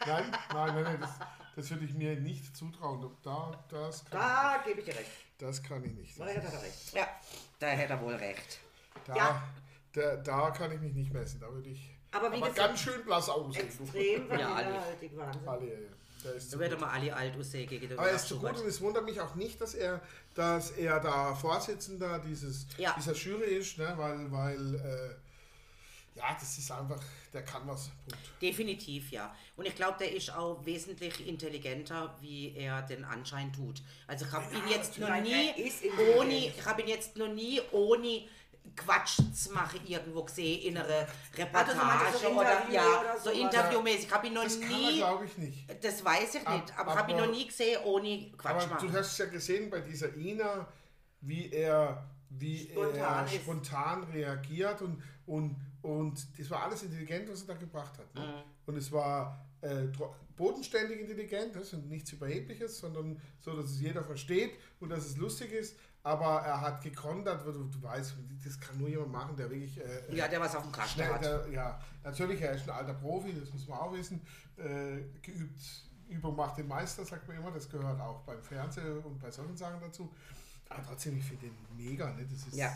Speaker 2: Nein, nein, nein, nein das, das würde ich mir nicht zutrauen. Da, das, kann,
Speaker 3: Da gebe ich dir recht.
Speaker 2: das kann ich nicht.
Speaker 3: Da hat er recht.
Speaker 1: Ja, da hätte er wohl recht.
Speaker 2: Da,
Speaker 3: Ja.
Speaker 2: da, da kann ich mich nicht messen. Da würde ich,
Speaker 3: Aber wie
Speaker 2: Aber
Speaker 3: gesagt,
Speaker 2: ganz schön blass aussehen. du.
Speaker 3: extrem
Speaker 1: Ja, alle.
Speaker 3: vanillehaltig, Wahnsinn.
Speaker 2: Alle, ja, ja. Der ist
Speaker 1: Da
Speaker 2: zu
Speaker 1: wird
Speaker 2: gut.
Speaker 1: mal alle alt aussehen gegen den
Speaker 2: Aber er ist zu
Speaker 1: Nachschub.
Speaker 2: gut und es wundert mich auch nicht, dass er, dass er da Vorsitzender dieses,
Speaker 1: Ja.
Speaker 2: dieser Jury ist, ne? weil, weil äh, ja, das ist einfach, der kann was. Punkt.
Speaker 1: Definitiv, ja. Und ich glaube, der ist auch wesentlich intelligenter, wie er den Anschein tut. Also ich habe ihn jetzt noch
Speaker 3: nein,
Speaker 1: nie
Speaker 3: er ist intelligent.
Speaker 1: ohne, ich habe ihn jetzt noch nie ohne Quatsch zu machen irgendwo gesehen, innere
Speaker 3: Also
Speaker 1: Reportage
Speaker 3: so manche so
Speaker 1: oder
Speaker 3: Interview
Speaker 1: ja,
Speaker 3: oder
Speaker 1: so
Speaker 3: sowas.
Speaker 1: interviewmäßig. Ich habe ihn noch
Speaker 2: Das kann er,
Speaker 1: nie,
Speaker 2: glaube ich, nicht.
Speaker 1: das weiß ich
Speaker 2: Ab-
Speaker 1: nicht, aber ich habe ihn
Speaker 2: aber-
Speaker 1: noch nie gesehen ohne
Speaker 2: Aber
Speaker 1: Quatsch
Speaker 2: du
Speaker 1: machen.
Speaker 2: hast es ja gesehen bei dieser Ina, wie er, wie
Speaker 3: Spontan
Speaker 2: er
Speaker 3: ist.
Speaker 2: spontan reagiert und, und, und das war alles intelligent, was er da gebracht hat. Ne? Und es war äh, tro- bodenständig intelligent, das und nichts Überhebliches, sondern so, dass es jeder versteht und dass es lustig ist. Aber er hat gekondert, weil du, du weißt, das kann nur jemand machen, der wirklich äh,
Speaker 1: Ja, der was auf dem Kasten
Speaker 2: Schnell,
Speaker 1: hat.
Speaker 2: der, ja, natürlich, er ist ein alter Profi, das muss man auch wissen. Äh, geübt, Übung macht den Meister, sagt man immer. Das gehört auch beim Fernsehen und bei solchen Sachen dazu. Aber trotzdem, ich finde den mega. Ne? Das ist,
Speaker 1: Ja,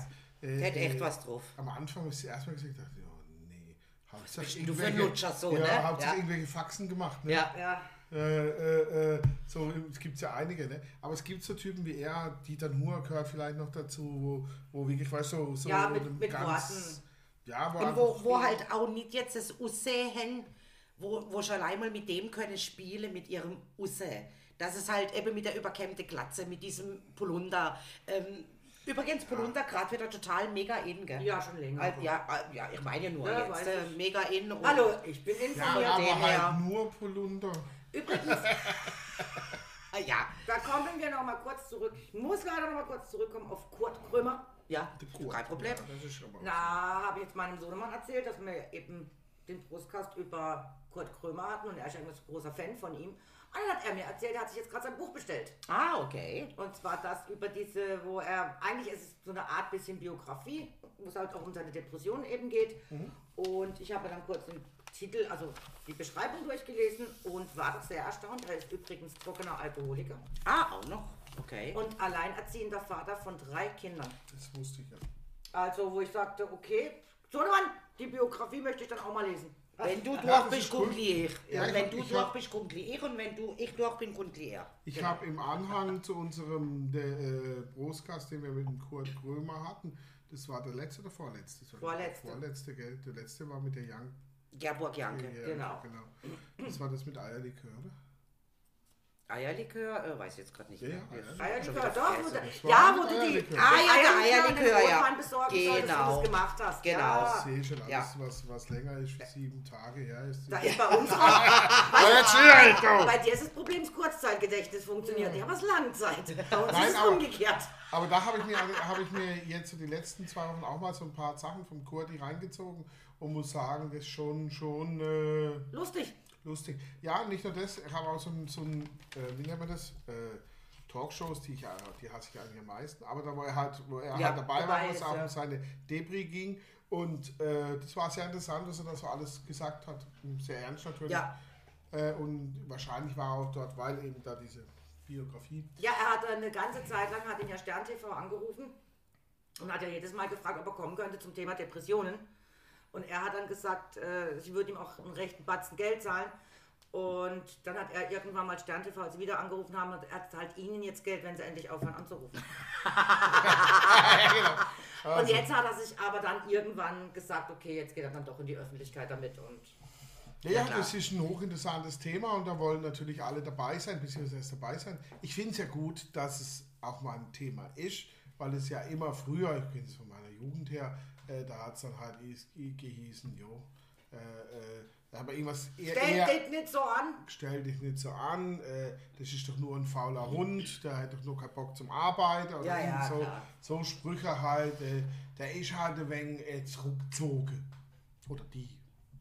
Speaker 2: äh,
Speaker 1: Der hat echt
Speaker 2: äh,
Speaker 1: was drauf.
Speaker 2: Am Anfang ist ich erstmal gesagt, dachte, ich, oh nee. Hauptsache
Speaker 1: bist denn du für ein
Speaker 2: irgendwelche-
Speaker 1: Lutscher so,
Speaker 2: ja,
Speaker 1: ne?
Speaker 2: Hauptsache
Speaker 1: Ja.
Speaker 2: irgendwelche Faxen gemacht. Ne?
Speaker 1: Ja,
Speaker 3: Ja,
Speaker 2: Äh, äh, äh, so, es gibt ja einige, ne? aber es gibt so Typen wie er, die dann Hur gehört vielleicht noch dazu, wo, wo wirklich, weißt du, so, so
Speaker 3: Ja, mit-
Speaker 2: einem
Speaker 3: mit Worten.
Speaker 2: Ja, wo
Speaker 1: Und
Speaker 2: einfach-
Speaker 1: wo, wo halt auch nicht jetzt das Aussehen, wo, wo schon einmal mit dem können spielen, mit ihrem Aussehen. Das ist halt eben mit der überkämmten Glatze, mit diesem Polunder. Ähm, übrigens, Polunder gerade wieder total mega in, gell?
Speaker 3: ja, schon länger.
Speaker 1: Äh, ja, äh, ja, ich meine nur
Speaker 3: Ja,
Speaker 1: jetzt,
Speaker 3: weiß
Speaker 1: äh,
Speaker 3: ich.
Speaker 1: mega in. und-
Speaker 3: Hallo, ich bin
Speaker 2: Ja,
Speaker 3: informiert.
Speaker 1: Ja,
Speaker 2: aber
Speaker 1: dem her.
Speaker 2: halt nur Polunder.
Speaker 1: Übrigens. Äh, ja,
Speaker 3: Da kommen wir noch mal kurz zurück. Ich muss leider noch mal kurz zurückkommen auf Kurt Krömer.
Speaker 1: ja,
Speaker 2: Gut,
Speaker 1: kein Problem.
Speaker 2: Ja, das ist schon mal.
Speaker 3: Na, habe ich jetzt meinem Sohnemann erzählt, dass wir eben den Brustkast über Kurt Krömer hatten und er ist ja ein großer Fan von ihm. Und dann hat er mir erzählt, er hat sich jetzt gerade sein Buch bestellt.
Speaker 1: Ah, okay.
Speaker 3: Und zwar das über diese, wo er, eigentlich ist es so eine Art bisschen Biografie, wo es halt auch um seine Depression eben geht. Und ich habe dann kurz den Titel, also die Beschreibung durchgelesen und war doch sehr erstaunt. Er ist übrigens trockener Alkoholiker
Speaker 1: Ah, auch noch. Okay.
Speaker 3: und alleinerziehender Vater von drei Kindern.
Speaker 2: Das wusste ich ja.
Speaker 3: Also, wo ich sagte, okay, Sohnemann, die Biografie möchte ich dann auch mal lesen.
Speaker 1: Wenn du
Speaker 2: das
Speaker 1: durch
Speaker 2: ist
Speaker 1: bist,
Speaker 2: cool.
Speaker 1: kommt ich.
Speaker 2: Ja, ich
Speaker 1: wenn
Speaker 2: hab-
Speaker 1: du
Speaker 2: ich
Speaker 1: durch
Speaker 2: hab-
Speaker 1: bist, kommt ich. Und wenn du ich durch bin, kommt er.
Speaker 2: Ich habe im Anhang zu unserem der, äh, Brostkast, den wir mit dem Kurt Krömer hatten, das war der letzte oder vorletzte? Das war der
Speaker 3: Vorletzte.
Speaker 2: Vorletzte, gell? Der letzte war mit der Young.
Speaker 1: Gerburg Janke.
Speaker 2: ja,
Speaker 3: genau.
Speaker 2: genau. Das war das mit Eierlikör, oder?
Speaker 1: Eierlikör? Äh, weiß ich jetzt gerade nicht
Speaker 2: Ja,
Speaker 1: mehr.
Speaker 2: ja, Eierlikör.
Speaker 3: Eierlikör, doch, wo
Speaker 1: vergessen.
Speaker 3: du, ja,
Speaker 2: war
Speaker 3: wo
Speaker 2: mit
Speaker 3: du die
Speaker 2: Eierlikör.
Speaker 1: Ah, ja, der
Speaker 3: und den
Speaker 1: Eierlikör, ja.
Speaker 3: Brotwein besorgen solltest, wie du
Speaker 1: Genau.
Speaker 3: das gemacht hast.
Speaker 1: Genau.
Speaker 3: Ah, Ja.
Speaker 2: Ich sehe schon alles,
Speaker 1: Ja.
Speaker 2: was, was länger ist, wie sieben Tage her ist.
Speaker 3: Da ist bei uns auch,
Speaker 2: Aber jetzt höre ich doch!
Speaker 3: bei dir ist das Problem, das Kurzzeitgedächtnis funktioniert. Ich habe es Langzeit. Bei uns
Speaker 2: Nein,
Speaker 3: ist es
Speaker 2: aber-
Speaker 3: umgekehrt.
Speaker 2: Aber da habe ich, mir- habe ich mir jetzt so die letzten zwei Wochen auch mal so ein paar Sachen vom Kurdi reingezogen und muss sagen, das ist schon, schon äh,
Speaker 3: Lustig.
Speaker 2: lustig. Ja, nicht nur das, ich habe auch so ein, so ein äh, wie nennt man das? Äh, Talkshows, die ich ja- die hasse ich eigentlich am meisten, aber da war er halt, wo er
Speaker 1: Ja,
Speaker 2: halt dabei,
Speaker 3: dabei
Speaker 2: war, wo es
Speaker 3: ist,
Speaker 2: auch
Speaker 3: ja.
Speaker 2: um seine Debris ging. Und äh, das war sehr interessant, dass er das so alles gesagt hat. Sehr ernst natürlich.
Speaker 1: Ja.
Speaker 2: Äh, und wahrscheinlich war er auch dort, weil eben da diese Biografie.
Speaker 3: Ja, er hat eine ganze Zeit lang, hat ihn ja Stern TV angerufen und hat ja jedes Mal gefragt, ob er kommen könnte zum Thema Depressionen. Und er hat dann gesagt, äh, sie würden ihm auch einen rechten Batzen Geld zahlen. Und dann hat er irgendwann mal Stern TV, als sie wieder angerufen haben, und er hat halt ihnen jetzt Geld, wenn sie endlich aufhören anzurufen. genau. Und jetzt hat er sich aber dann irgendwann gesagt, okay, jetzt geht er dann doch in die Öffentlichkeit damit. Und
Speaker 2: Ja, ja, das ist ein hochinteressantes Thema und da wollen natürlich alle dabei sein, beziehungsweise dabei sein. Ich finde es ja gut, dass es auch mal ein Thema ist, weil es ja immer früher, ich kenne es von meiner Jugend her, äh, da hat es dann halt is- i- gehießen, jo, äh, äh, aber irgendwas eher,
Speaker 3: denkt
Speaker 2: eher
Speaker 3: dich nicht so an.
Speaker 2: stell dich nicht so an, äh, das ist doch nur ein fauler Hund, der hat doch nur keinen Bock zum Arbeiten oder
Speaker 3: Ja, ja,
Speaker 2: irgend so,
Speaker 3: klar.
Speaker 2: so Sprüche halt, äh, der ist halt ein wenig äh, zurückgezogen. Oder die.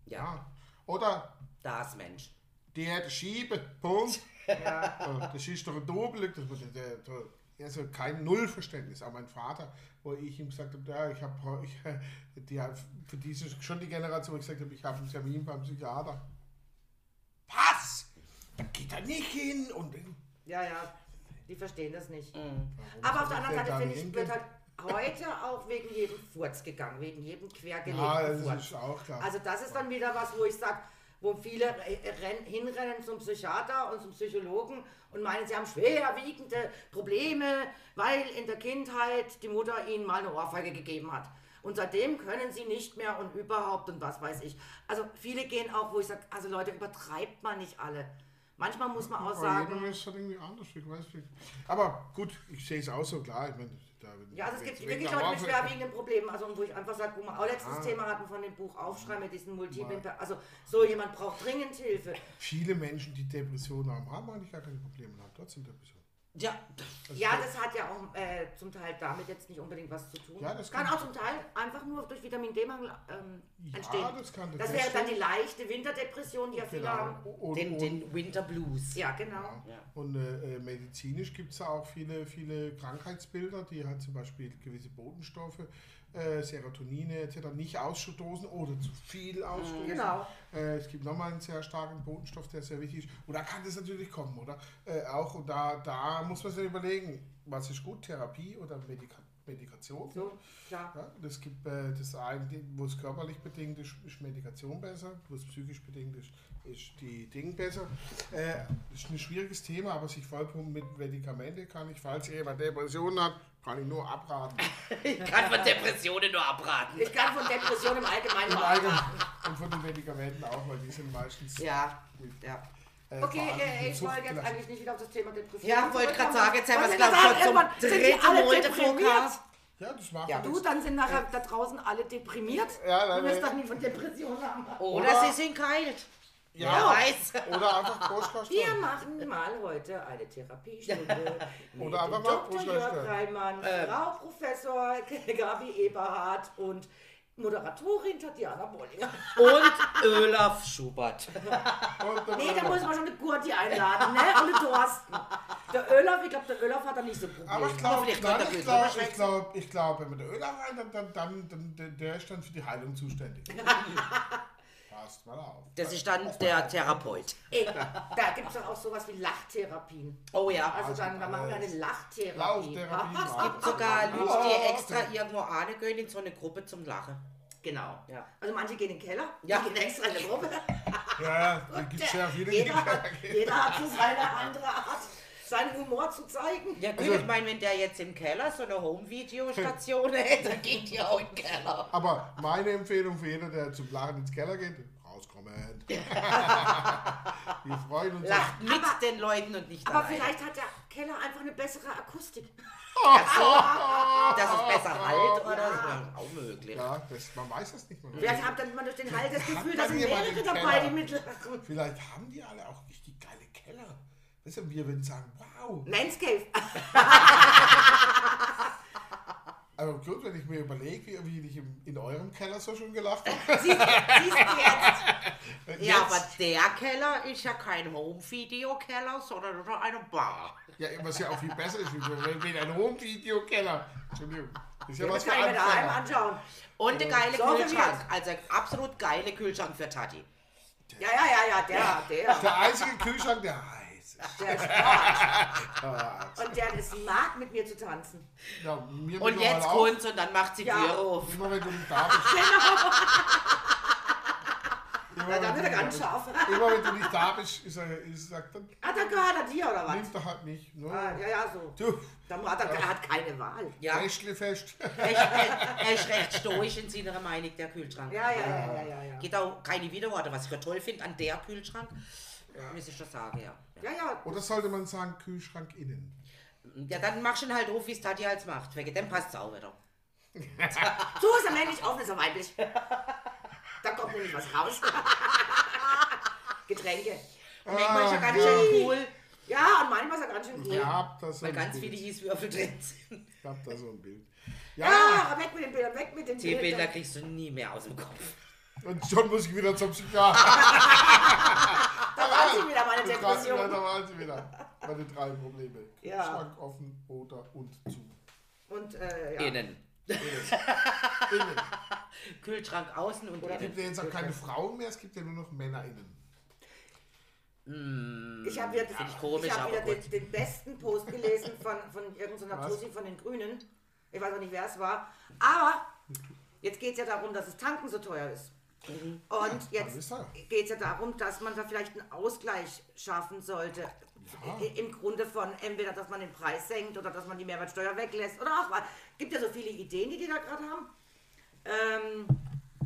Speaker 1: Ja,
Speaker 2: Oder
Speaker 1: das Mensch.
Speaker 2: der hat Schiebe, Punkt. Ja. Das ist doch ein Double. Das war der, der, der, also kein Nullverständnis. Auch mein Vater, wo ich ihm gesagt habe, ja, ich habe ich, die, für diese schon die Generation, wo ich gesagt habe, ich habe einen Termin beim Psychiater. Was? Da geht er nicht hin. Und
Speaker 3: Ja, ja, die verstehen das nicht.
Speaker 2: Warum
Speaker 3: Aber auf
Speaker 2: soll
Speaker 3: der
Speaker 2: ich
Speaker 3: anderen
Speaker 2: denn
Speaker 3: Seite
Speaker 2: da
Speaker 3: finde
Speaker 2: nicht
Speaker 3: ich, wird
Speaker 2: hingehen?
Speaker 3: halt heute auch wegen jedem Furz gegangen, wegen jedem
Speaker 2: Ja,
Speaker 3: quergelegten
Speaker 2: das ist
Speaker 3: Furz.
Speaker 2: auch klar.
Speaker 3: Also das ist dann wieder was, wo ich sage, wo viele re- renn, hinrennen zum Psychiater und zum Psychologen und meinen, sie haben schwerwiegende Probleme, weil in der Kindheit die Mutter ihnen mal eine Ohrfeige gegeben hat. Und seitdem können sie nicht mehr und überhaupt und was weiß ich. Also viele gehen auch, wo ich sage, also Leute, übertreibt man nicht alle. Manchmal muss man auch
Speaker 2: Aber
Speaker 3: sagen,
Speaker 2: jeder Mensch hat halt irgendwie anders. Ich weiß nicht. Aber gut, ich sehe es auch so klar. Ich meine, da,
Speaker 3: Ja, also es gibt
Speaker 2: wegen
Speaker 3: wirklich
Speaker 2: der
Speaker 3: Leute mit
Speaker 2: Waffe-
Speaker 3: schwerwiegenden Problemen, also wo ich einfach sage, wo wir auch letztes
Speaker 2: Ah.
Speaker 3: Thema hatten von dem Buch Aufschrei mit diesen multiplen, Per- also so jemand braucht dringend Hilfe.
Speaker 2: Viele Menschen, die Depressionen haben, haben eigentlich gar keine Probleme und haben trotzdem Depressionen.
Speaker 1: Ja,
Speaker 3: Ja, das hat ja auch äh, zum Teil damit jetzt nicht unbedingt was zu tun.
Speaker 2: Ja, das
Speaker 3: kann
Speaker 2: kann-
Speaker 3: auch zum Teil einfach nur durch Vitamin D-Mangel ähm,
Speaker 2: Ja,
Speaker 3: entstehen.
Speaker 2: das kann Genau.
Speaker 3: Das wäre dann die leichte Winterdepression, die ja viele haben.
Speaker 2: Und,
Speaker 1: den,
Speaker 2: und,
Speaker 1: den Winter Blues.
Speaker 3: Ja, genau.
Speaker 1: Ja.
Speaker 2: und äh, äh, medizinisch gibt es ja auch viele, viele Krankheitsbilder, die halt zum Beispiel gewisse Botenstoffe, äh, Serotonine etc. nicht ausstoßen oder zu viel ausstoßen.
Speaker 3: Genau.
Speaker 2: Äh, es gibt nochmal einen sehr starken Botenstoff, der sehr wichtig ist. Und da kann das natürlich kommen, oder? Äh, auch und da, da muss man sich überlegen, was ist gut, Therapie oder Medika Medikation?
Speaker 3: So, klar.
Speaker 2: Ja, und es gibt äh, das eine, die- wo es körperlich bedingt ist, ist Medikation besser, wo es psychisch bedingt ist, ist die Ding besser. Äh, ist ein schwieriges Thema, aber sich vollpumpen mit Medikamente kann ich, falls jemand Depressionen hat, kann ich nur abraten.
Speaker 1: Ich kann von Depressionen nur abraten.
Speaker 3: Ich kann von Depression im Allgemeinen
Speaker 2: Im
Speaker 3: nur
Speaker 2: Allgemeinen.
Speaker 3: abraten.
Speaker 2: Und von den Medikamenten auch, weil die sind meistens.
Speaker 3: Ja,
Speaker 2: Mit,
Speaker 3: ja.
Speaker 2: äh,
Speaker 3: Okay,
Speaker 2: vor allem
Speaker 3: äh,
Speaker 2: mit
Speaker 3: ich
Speaker 2: Sucht
Speaker 3: wollte jetzt
Speaker 2: belastet.
Speaker 3: eigentlich nicht wieder auf das Thema Depression.
Speaker 1: Ja, wollte gerade sagen, jetzt haben wir es,
Speaker 3: Wollte
Speaker 1: glaube
Speaker 3: gerade
Speaker 1: ich, schon
Speaker 3: sagen,
Speaker 1: zum
Speaker 3: irgendwann sind die
Speaker 1: dritten
Speaker 3: alle
Speaker 1: Mal der
Speaker 3: deprimiert?
Speaker 1: Podcast.
Speaker 2: Ja, das macht
Speaker 1: Ja,
Speaker 2: nichts.
Speaker 3: Du, dann sind nachher da draußen alle deprimiert.
Speaker 2: Ja, Oh. nein,
Speaker 3: du wirst
Speaker 2: nein.
Speaker 3: doch nie von Depressionen haben.
Speaker 1: Oder sie sind kalt. Wer
Speaker 2: Ja.
Speaker 1: weiß.
Speaker 2: Oder einfach Großkostüm.
Speaker 3: Wir machen mal heute eine Therapiestunde. mit
Speaker 2: Oder aber
Speaker 3: dem
Speaker 2: mal
Speaker 3: Dr.
Speaker 2: Fußball
Speaker 3: Jörg
Speaker 2: spielen. Ähm.
Speaker 3: Reimann, Frau Professor Gabi Eberhardt und Moderatorin Tatjana Bollinger.
Speaker 1: Und Olaf Schubert.
Speaker 2: Und dann-
Speaker 3: Nee, da muss man schon eine Gurti einladen, ne? Und eine Thorsten. Der Olaf, ich glaube, der Olaf hat da nicht so ein Problem.
Speaker 2: Aber ich glaube, ich
Speaker 1: Hoffentlich
Speaker 2: glaube,
Speaker 1: kommt er durch.
Speaker 2: ich glaube, ich glaube, ich glaub, wenn man der Öl rein, dann, dann, dann, dann der- der ist dann für die Heilung zuständig. Passt mal auf.
Speaker 1: Das ist dann der Therapeut.
Speaker 3: Ey, da gibt es doch auch sowas wie Lachtherapien.
Speaker 1: Oh ja.
Speaker 3: Also dann, da machen wir eine Lachtherapie.
Speaker 2: Lachtherapie,
Speaker 3: Aha,
Speaker 2: Lacht-
Speaker 1: Sogar Leute,
Speaker 2: Oh,
Speaker 1: die
Speaker 2: okay.
Speaker 1: extra irgendwo angehen in so eine Gruppe zum Lachen.
Speaker 3: Genau.
Speaker 1: Ja.
Speaker 3: Also manche gehen in den Keller,
Speaker 1: Ja.
Speaker 3: die gehen extra in eine Gruppe.
Speaker 2: Ja, da gibt es sehr viele, die
Speaker 3: Jeder hat, jeder hat so seine andere Art, seinen Humor zu zeigen.
Speaker 1: Ja gut, ich meine, wenn der jetzt im Keller so eine Home-Video-Station hätte, dann geht die auch in den Keller.
Speaker 2: Aber meine Empfehlung für jeden, der zum Lachen ins Keller geht, rauskommen. Wir freuen uns.
Speaker 1: Lacht mit den Leuten und nicht
Speaker 3: Aber
Speaker 1: allein.
Speaker 3: vielleicht hat der Keller einfach eine bessere Akustik.
Speaker 1: Dass es besser halt oder so. Auch möglich.
Speaker 2: Ja, das, man weiß das nicht mehr.
Speaker 3: Vielleicht hat dann man durch den Hall das Gefühl,
Speaker 2: man
Speaker 3: da sind
Speaker 2: hier mal
Speaker 3: mehrere
Speaker 2: den
Speaker 3: dabei, die
Speaker 2: Keller.
Speaker 3: mitlachen.
Speaker 2: Vielleicht haben die alle auch richtig geile Keller. Weißt du, wir würden sagen, wow.
Speaker 3: Manscave.
Speaker 2: Aber gut, wenn ich mir überlege, wie, wie ich im, in eurem Keller so schon gelacht habe.
Speaker 3: Siehst siehst du jetzt?
Speaker 1: Ja, aber der Keller ist ja kein Home-Video-Keller, sondern nur eine Bar.
Speaker 2: Ja, was ja auch viel besser ist, wie wenn wenn ein Home-Video-Keller. Entschuldigung. Das ist ja was
Speaker 3: Das
Speaker 2: für
Speaker 3: kann ich mir daheim
Speaker 2: Anfänger.
Speaker 3: anschauen.
Speaker 1: Und der geile
Speaker 3: So
Speaker 1: Kühlschrank. Also absolut geile Kühlschrank für Tati.
Speaker 3: Ja, ja, ja, ja, der, der.
Speaker 2: Der einzige Kühlschrank, der heiß ist.
Speaker 3: Der ist smart. Und der ist mag mit mir zu tanzen.
Speaker 2: Ja, mir
Speaker 1: Und
Speaker 2: mittlerweile
Speaker 1: jetzt
Speaker 2: auch.
Speaker 1: kommt's und dann macht sie
Speaker 3: Ja.
Speaker 1: Tür auf.
Speaker 2: Immer wenn du da bist. Immer,
Speaker 3: Na, da
Speaker 2: wenn
Speaker 3: wird er
Speaker 2: du
Speaker 3: ganz
Speaker 2: nicht da
Speaker 3: scharf.
Speaker 2: bist. Immer wenn du nicht da bist, ist er, ist, sagt er,
Speaker 3: Ah, dann gehört er dir, oder was?
Speaker 2: nimm doch halt nicht. Ne?
Speaker 3: Ah, ja, ja, so.
Speaker 2: Du,
Speaker 3: Dann hat er, er hat keine Wahl.
Speaker 1: Ja, er,
Speaker 2: Festle fest.
Speaker 1: ist- er, er ist recht stoisch in seiner Meinung, der Kühlschrank.
Speaker 3: Ja, ja, ja, ja, ja. ja.
Speaker 1: Geht auch keine Widerworte, was ich ja toll finde an der Kühlschrank. Muss ich schon sagen, ja.
Speaker 3: Ja, ja.
Speaker 2: Oder sollte man sagen, Kühlschrank innen?
Speaker 1: Ja, dann machst du ihn halt auf, wie es Tati halt macht. Wegen dem passt es auch wieder.
Speaker 3: So ist er männlich, offen ist er weiblich. Da kommt nämlich was raus. Getränke.
Speaker 1: Und manchmal ist ja ganz
Speaker 2: ja.
Speaker 1: schön cool,
Speaker 3: Ja, und manchmal ist er ganz schön cool.
Speaker 2: Ja, hab da so
Speaker 1: weil
Speaker 2: ein
Speaker 1: ganz
Speaker 2: Bild.
Speaker 1: viele Hießwürfel drin sind.
Speaker 2: Ich hab da so ein Bild.
Speaker 3: Ah, aber weg mit den Bildern, weg mit den
Speaker 1: Die Bilder
Speaker 3: Bildern.
Speaker 1: kriegst du nie mehr aus dem Kopf.
Speaker 2: Und schon muss ich wieder zum Psychiater.
Speaker 3: Da waren sie wieder, meine
Speaker 2: Da waren sie wieder,
Speaker 3: Depression.
Speaker 2: da waren sie wieder. Meine drei Probleme.
Speaker 3: Ja.
Speaker 2: Schrank offen, oder und zu.
Speaker 3: Und, äh, ja.
Speaker 1: Innen.
Speaker 2: Innen.
Speaker 1: Kühlschrank außen und
Speaker 2: Es
Speaker 1: innen.
Speaker 2: gibt ja jetzt auch keine Frauen mehr, es gibt ja nur noch Männer innen.
Speaker 3: Ich habe wieder,
Speaker 1: Find ich komisch,
Speaker 3: ich hab
Speaker 1: aber
Speaker 3: wieder
Speaker 1: gut.
Speaker 3: den, den besten Post gelesen von, von irgendeiner
Speaker 2: Was?
Speaker 3: Tussi von den Grünen. Ich weiß auch nicht, wer es war. Aber jetzt geht es ja darum, dass das Tanken so teuer ist.
Speaker 2: Mhm.
Speaker 3: Und
Speaker 2: alles
Speaker 3: jetzt
Speaker 2: klar.
Speaker 3: geht es ja darum, dass man da vielleicht einen Ausgleich schaffen sollte. I- Im Grunde von entweder, dass man den Preis senkt oder dass man die Mehrwertsteuer weglässt oder auch was. Gibt ja so viele Ideen, die die da gerade haben. Ähm,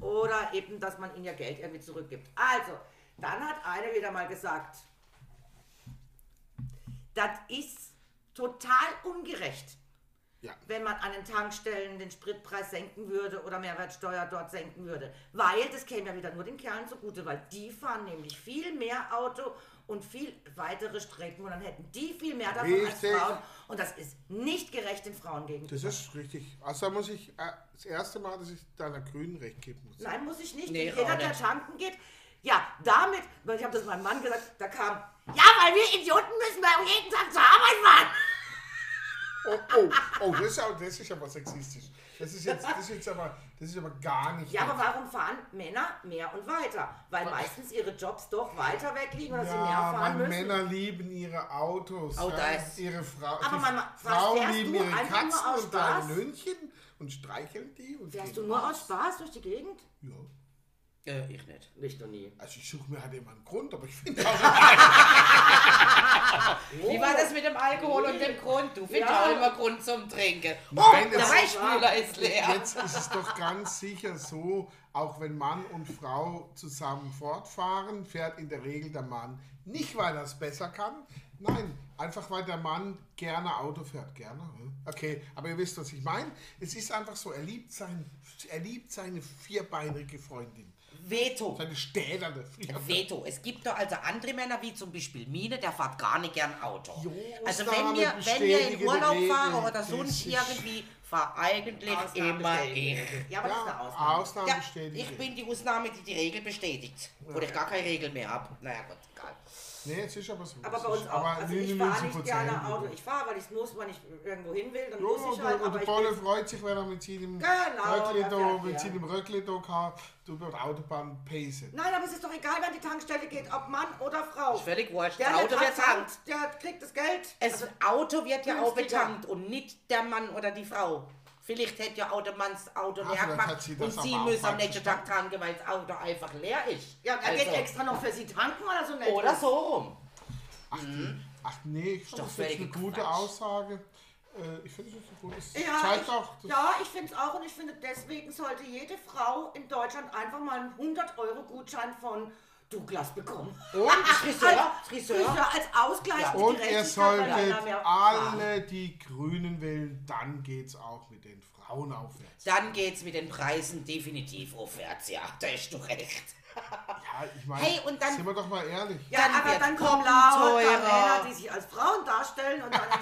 Speaker 3: oder eben, dass man ihnen ja Geld irgendwie zurückgibt. Also, dann hat einer wieder mal gesagt, das ist total ungerecht
Speaker 2: Ja.
Speaker 3: wenn man an den Tankstellen den Spritpreis senken würde oder Mehrwertsteuer dort senken würde. Weil das käme ja wieder nur den Kerlen zugute, weil die fahren nämlich viel mehr Auto und viel weitere Strecken und dann hätten die viel mehr davon
Speaker 2: Richtig.
Speaker 3: als Frauen. Und das ist nicht gerecht den Frauen gegenüber.
Speaker 2: Das ist richtig. Also da muss ich äh, das erste Mal, dass ich deiner Grünen recht geben muss.
Speaker 3: Nein, muss ich nicht.
Speaker 1: Nee,
Speaker 3: Jeder,
Speaker 1: auch
Speaker 3: der
Speaker 1: nicht.
Speaker 3: tanken geht, ja, damit, weil ich habe das meinem Mann gesagt, da kam, ja, weil wir Idioten müssen wir jeden Tag zur Arbeit fahren.
Speaker 2: Oh, oh, oh, das ist, aber, das ist aber sexistisch. Das ist jetzt, das ist jetzt aber, das ist aber gar nicht.
Speaker 3: Ja, aber warum fahren Männer mehr und weiter? Weil meistens ihre Jobs doch weiter weg liegen oder sie mehr
Speaker 2: Ja,
Speaker 3: fahren
Speaker 2: weil
Speaker 3: müssen.
Speaker 2: Männer lieben ihre Autos.
Speaker 1: Oh,
Speaker 2: ja,
Speaker 1: das.
Speaker 2: ihre Frau,
Speaker 3: Aber
Speaker 2: die
Speaker 3: man-
Speaker 2: Frauen
Speaker 3: fährst
Speaker 2: lieben
Speaker 3: du
Speaker 2: ihre
Speaker 3: einfach nur
Speaker 2: Katzen
Speaker 3: aus
Speaker 2: und deine
Speaker 3: Spaß?
Speaker 2: Nönnchen und streicheln die. Und
Speaker 3: Fährst du
Speaker 2: gehen
Speaker 3: nur
Speaker 2: raus.
Speaker 3: aus Spaß durch die Gegend?
Speaker 2: Ja.
Speaker 1: Äh, ich nicht.
Speaker 3: Nicht noch nie.
Speaker 2: Also ich suche mir halt immer einen Grund, aber ich finde auch
Speaker 1: Wie war das mit dem Alkohol und dem Grund? Du findest
Speaker 3: Ja.
Speaker 1: auch immer Grund zum Trinken. Oh,
Speaker 2: Nein,
Speaker 1: der
Speaker 2: das-
Speaker 1: Weichspüler ist leer.
Speaker 2: jetzt ist es doch ganz sicher so, auch wenn Mann und Frau zusammen fortfahren, fährt in der Regel der Mann nicht, weil er es besser kann. Nein, einfach weil der Mann gerne Auto fährt, gerne. hm? Okay, aber ihr wisst, was ich meine. Es ist einfach so, er liebt, sein, er liebt seine vierbeinige Freundin,
Speaker 1: Veto.
Speaker 2: seine stählerne Vierbeinige.
Speaker 1: Veto. Es gibt doch also andere Männer, wie zum Beispiel Mine, der fährt gar nicht gern Auto.
Speaker 2: Jo,
Speaker 1: also
Speaker 2: Ausnahmen
Speaker 1: wenn wir, wenn wir in
Speaker 2: bestätigen
Speaker 1: Urlaub
Speaker 2: die
Speaker 1: fahren
Speaker 2: Regel.
Speaker 1: oder sonst
Speaker 2: Das ist-
Speaker 1: irgendwie, fahre eigentlich
Speaker 3: Ausnahmen
Speaker 1: immer ich.
Speaker 3: bestätigen. Ja, aber das ist eine Ausnahme.
Speaker 2: Ausnahmen
Speaker 1: Ja,
Speaker 2: bestätigen.
Speaker 1: ich bin die Ausnahme, die die Regel bestätigt. Oder ich gar keine Regel mehr habe. Naja, Gott, egal.
Speaker 2: Nee, es ist aber so.
Speaker 3: Aber
Speaker 2: Es
Speaker 3: bei uns
Speaker 2: ist
Speaker 3: auch.
Speaker 2: aber
Speaker 3: Also ich fahre nicht
Speaker 2: 99%
Speaker 3: gerne Auto. Ich fahre, weil ich es muss, wenn ich irgendwo hin will, dann
Speaker 2: Ja,
Speaker 3: muss ich halt.
Speaker 2: und
Speaker 3: Aber
Speaker 2: der
Speaker 3: ich
Speaker 2: Bolle
Speaker 3: bin,
Speaker 2: freut sich, wenn er mit seinem
Speaker 3: Genau,
Speaker 2: Röckle
Speaker 3: der
Speaker 2: da,
Speaker 3: fährt
Speaker 2: mit
Speaker 3: hier.
Speaker 2: seinem Röckle da kann, über die Autobahn pacen.
Speaker 3: nein, aber es ist doch egal, wer an die Tankstelle geht, ob Mann oder Frau.
Speaker 1: Ist völlig wurscht.
Speaker 3: Der,
Speaker 1: Das Auto
Speaker 3: Auto
Speaker 1: wird
Speaker 3: der
Speaker 1: tankt.
Speaker 3: tankt, der kriegt das Geld.
Speaker 1: Es Auto wird ja auch
Speaker 3: günstiger.
Speaker 1: betankt und nicht der Mann oder die Frau. Vielleicht hätte ja auch der Mann das Auto
Speaker 2: Ah,
Speaker 1: leer
Speaker 2: vielleicht
Speaker 1: gemacht
Speaker 2: hat sie das
Speaker 1: und sie
Speaker 2: aber auch
Speaker 1: müssen am
Speaker 2: falsch
Speaker 1: nächsten Tag tanken, weil das Auto einfach leer ist.
Speaker 3: Ja, er geht
Speaker 1: Also,
Speaker 3: extra noch für sie tanken oder so nett.
Speaker 1: Oder so rum.
Speaker 2: Ach, ach nee, ich finde
Speaker 1: doch
Speaker 2: das jetzt eine
Speaker 1: völlig
Speaker 2: gute
Speaker 1: Quatsch.
Speaker 2: Aussage. Äh, ich finde das jetzt eine gute Aussage.
Speaker 3: Ja,
Speaker 2: Zeig
Speaker 3: ich,
Speaker 2: doch. Das,
Speaker 3: ja, ich finde es auch und ich finde, deswegen sollte jede Frau in Deutschland einfach mal einen 100-Euro-Gutschein von Douglas bekommen.
Speaker 2: Und,
Speaker 1: Friseur, Friseur.
Speaker 3: Friseur als Ausgleich für die
Speaker 2: und ihr
Speaker 3: Gerechtigkeit, weil
Speaker 2: solltet
Speaker 3: keiner mehr-
Speaker 2: alle die Grünen wählen, dann geht's auch mit den Frauen aufwärts.
Speaker 1: Dann geht's mit den Preisen definitiv aufwärts, ja, da hast du recht.
Speaker 2: Ja, ich meine,
Speaker 1: Hey, und dann-
Speaker 2: sind wir doch mal ehrlich.
Speaker 3: Ja,
Speaker 1: Dann
Speaker 3: aber
Speaker 1: wird
Speaker 3: dann
Speaker 1: Kochen
Speaker 3: kommen lauter
Speaker 1: teurer.
Speaker 3: Männer, die sich als Frauen darstellen und dann die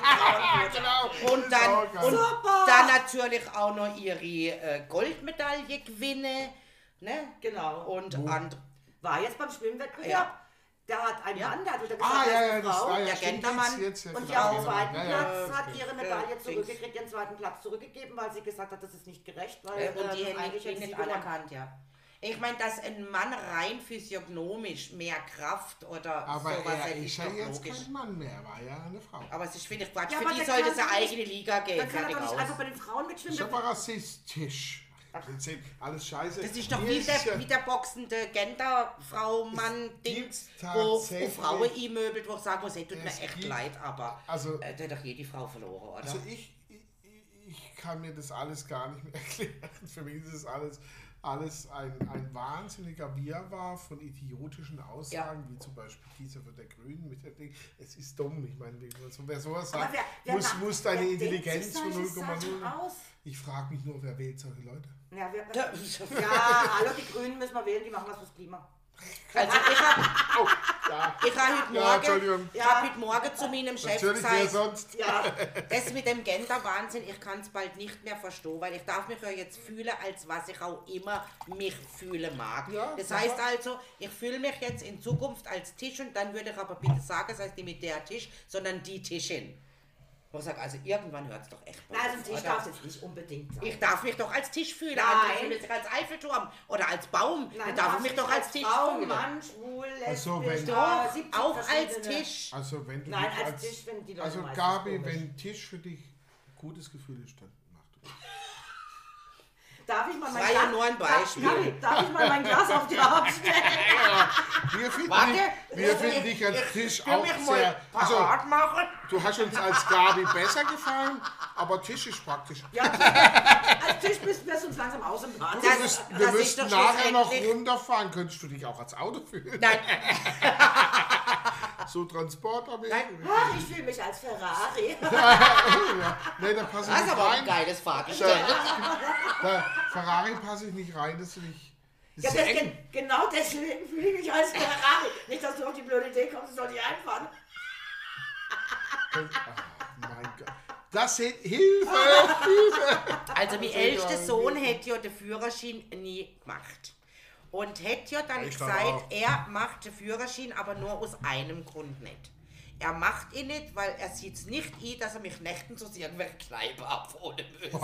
Speaker 3: Frauen
Speaker 2: genau.
Speaker 1: Und dann,
Speaker 2: Das ist auch
Speaker 1: und
Speaker 2: geil.
Speaker 3: Super.
Speaker 1: dann natürlich auch noch ihre äh, Goldmedaille gewinnen. Ne?
Speaker 3: Genau.
Speaker 1: Und and,
Speaker 3: War jetzt beim Schwimmwettbewerb.
Speaker 1: Ja.
Speaker 3: Da hat ein Mann, der hat wieder gesagt,
Speaker 2: Ah, ja,
Speaker 3: er ist
Speaker 2: ja,
Speaker 3: eine
Speaker 2: das
Speaker 3: Frau.
Speaker 2: war ja
Speaker 1: der
Speaker 2: stimmt,
Speaker 1: Gendermann
Speaker 2: jetzt, jetzt, jetzt,
Speaker 3: Und die
Speaker 2: ja,
Speaker 3: auf
Speaker 2: ja,
Speaker 3: dem zweiten
Speaker 2: ja, ja,
Speaker 3: Platz hat
Speaker 2: stimmt.
Speaker 3: ihre Medaille
Speaker 1: Ja,
Speaker 3: zurückgekriegt, ihren zweiten Platz zurückgegeben, weil sie gesagt hat, das ist nicht gerecht, weil
Speaker 1: Äh, und die
Speaker 3: äh,
Speaker 1: hätten
Speaker 3: eigentlich
Speaker 1: ihn
Speaker 3: hätte sie
Speaker 1: nicht
Speaker 3: gewonnen.
Speaker 1: anerkannt, ja. Ich meine, dass ein Mann rein physiognomisch mehr Kraft oder
Speaker 2: Aber
Speaker 1: sowas
Speaker 2: er
Speaker 1: hätte,
Speaker 2: ist
Speaker 1: ist
Speaker 2: ja
Speaker 1: doch
Speaker 2: jetzt
Speaker 1: logisch.
Speaker 2: kein Mann mehr, war ja eine Frau.
Speaker 1: Aber es ist finde ich Quatsch.
Speaker 3: Ja,
Speaker 1: Für
Speaker 3: aber
Speaker 1: die
Speaker 3: der
Speaker 1: sollte es
Speaker 3: kann
Speaker 1: eine
Speaker 3: doch nicht-
Speaker 1: eigene Liga gehen.
Speaker 3: Dann kann er
Speaker 1: Fertig
Speaker 3: doch nicht
Speaker 1: aus.
Speaker 3: einfach bei den Frauen
Speaker 2: Das ist
Speaker 3: mitschwimmen.
Speaker 2: aber rassistisch. Das ist- Alles scheiße.
Speaker 1: Das ist doch
Speaker 2: Hier
Speaker 1: wie
Speaker 2: ist ja-
Speaker 1: der, wie der boxende Gender-Frau-Mann-Dings,
Speaker 2: Es gibt
Speaker 1: wo, wo
Speaker 2: tatsächlich-
Speaker 1: Frauen einmöbelt, wo ich sagen muss, hey, tut mir
Speaker 2: Es
Speaker 1: echt
Speaker 2: gibt-
Speaker 1: leid, aber
Speaker 2: also-
Speaker 1: äh, da hat doch jede Frau verloren, oder?
Speaker 2: Also ich, ich, ich kann mir das alles gar nicht mehr erklären. Für mich ist es alles, alles ein, ein wahnsinniger Wirrwarr von idiotischen Aussagen, wie zum Beispiel diese von der Grünen mit der Ding. Es ist dumm. Ich meine, wie- so- wer sowas
Speaker 3: Aber
Speaker 2: sagt,
Speaker 3: wer- wer
Speaker 2: muss,
Speaker 3: macht-
Speaker 2: muss deine
Speaker 3: wer denkt sich
Speaker 2: Intelligenz von
Speaker 3: solche Sachen
Speaker 2: 0,0.
Speaker 3: aus?
Speaker 2: Ich frage mich nur, wer wählt solche Leute?
Speaker 3: Ja, wir,
Speaker 1: Da-
Speaker 3: ja, hallo, die Grünen müssen wir wählen, die machen was fürs Klima.
Speaker 1: Also ich habe
Speaker 2: Oh, ja.
Speaker 1: ich hab heute,
Speaker 2: Ja, Entschuldigung.
Speaker 1: Morgen- ich hab heute Morgen zu meinem Chef
Speaker 2: Natürlich, wer
Speaker 1: gesagt,
Speaker 2: sonst?
Speaker 3: Ja,
Speaker 1: Das mit dem Gender-Wahnsinn, ich kann es bald nicht mehr verstehen, weil ich darf mich ja jetzt fühlen, als was ich auch immer mich fühlen mag.
Speaker 2: Ja,
Speaker 1: das
Speaker 2: ja.
Speaker 1: heißt also, ich fühle mich jetzt in Zukunft als Tisch und dann würde ich aber bitte sagen, es heißt nicht mit der Tisch, sondern die Tischin. Wo ich sage, also irgendwann hört es doch echt mal
Speaker 3: Na, also
Speaker 1: auf,
Speaker 3: ein Tisch
Speaker 1: oder?
Speaker 3: darf es jetzt nicht unbedingt sein.
Speaker 1: Ich darf mich doch als Tisch fühlen. also
Speaker 3: Nein.
Speaker 1: andere fühlen sich als Eiffelturm oder als Baum.
Speaker 3: Nein,
Speaker 1: Dann darf
Speaker 3: du
Speaker 1: ich mich
Speaker 3: darfst
Speaker 1: doch
Speaker 3: nicht
Speaker 1: als Tisch
Speaker 3: Frau,
Speaker 1: fühlen.
Speaker 3: Mann, schwul, lesbisch,
Speaker 2: so, wenn-
Speaker 3: äh,
Speaker 1: Doch,
Speaker 3: 70
Speaker 1: auch als
Speaker 3: verschiedene-
Speaker 1: Tisch.
Speaker 2: Also wenn du
Speaker 3: Nein,
Speaker 2: dich
Speaker 3: als Tisch, wenn die Leute
Speaker 2: Also
Speaker 3: meistens
Speaker 2: Gabi,
Speaker 3: komisch.
Speaker 2: wenn Tisch für dich ein gutes Gefühl ist, dann mach du
Speaker 3: Darf ich mal mein
Speaker 1: war ja
Speaker 3: Glas?
Speaker 1: nur ein Beispiel.
Speaker 3: Darf, darf, darf ich mal mein Glas auf die Hand stellen?
Speaker 2: Wir finden,
Speaker 1: Warte,
Speaker 2: dich, wir finden dich an Tisch
Speaker 1: Also will
Speaker 2: auch
Speaker 1: mich mal
Speaker 2: sehr. Also,
Speaker 1: parat machen.
Speaker 2: du hast uns als Gabi besser gefallen, aber Tisch ist praktisch.
Speaker 3: Ja, als Tisch bist wir uns langsam aus dem Plan.
Speaker 2: Wir
Speaker 1: Das-
Speaker 2: müssten,
Speaker 1: dass
Speaker 2: wir
Speaker 1: ich
Speaker 2: müssten
Speaker 1: doch
Speaker 2: nachher noch
Speaker 1: schlussendlich-
Speaker 2: runterfahren. Könntest du dich auch als Auto fühlen?
Speaker 1: Nein,
Speaker 2: So Transport aber
Speaker 1: Nein.
Speaker 3: Ach, ich fühle mich als Ferrari.
Speaker 2: Nee, da passe ich
Speaker 1: das ist
Speaker 2: nicht
Speaker 1: aber ein
Speaker 2: rein.
Speaker 1: geiles Fahrgestell.
Speaker 2: Da, da, Ferrari passe ich nicht rein, das ist nicht. Das
Speaker 3: Ja,
Speaker 2: ist ja
Speaker 3: das,
Speaker 2: eng.
Speaker 3: gen- genau deswegen fühle ich mich als Ferrari. Nicht, dass du auf die blöde Idee kommst, ich soll die einfahren.
Speaker 2: Ach, mein Gott. Das sind Hilfe!
Speaker 1: Also, mein
Speaker 2: Das ist
Speaker 1: ältester
Speaker 2: ja-
Speaker 1: Sohn hätte ja den Führerschein nie gemacht. Und hätte ja dann
Speaker 2: Ich dann
Speaker 1: gesagt,
Speaker 2: auch.
Speaker 1: er macht den Führerschein, aber nur aus einem Grund nicht. Er macht ihn nicht, weil er sieht es nicht ein, dass er mich nächtens aus irgendwelchen Kneipen abholen müsste.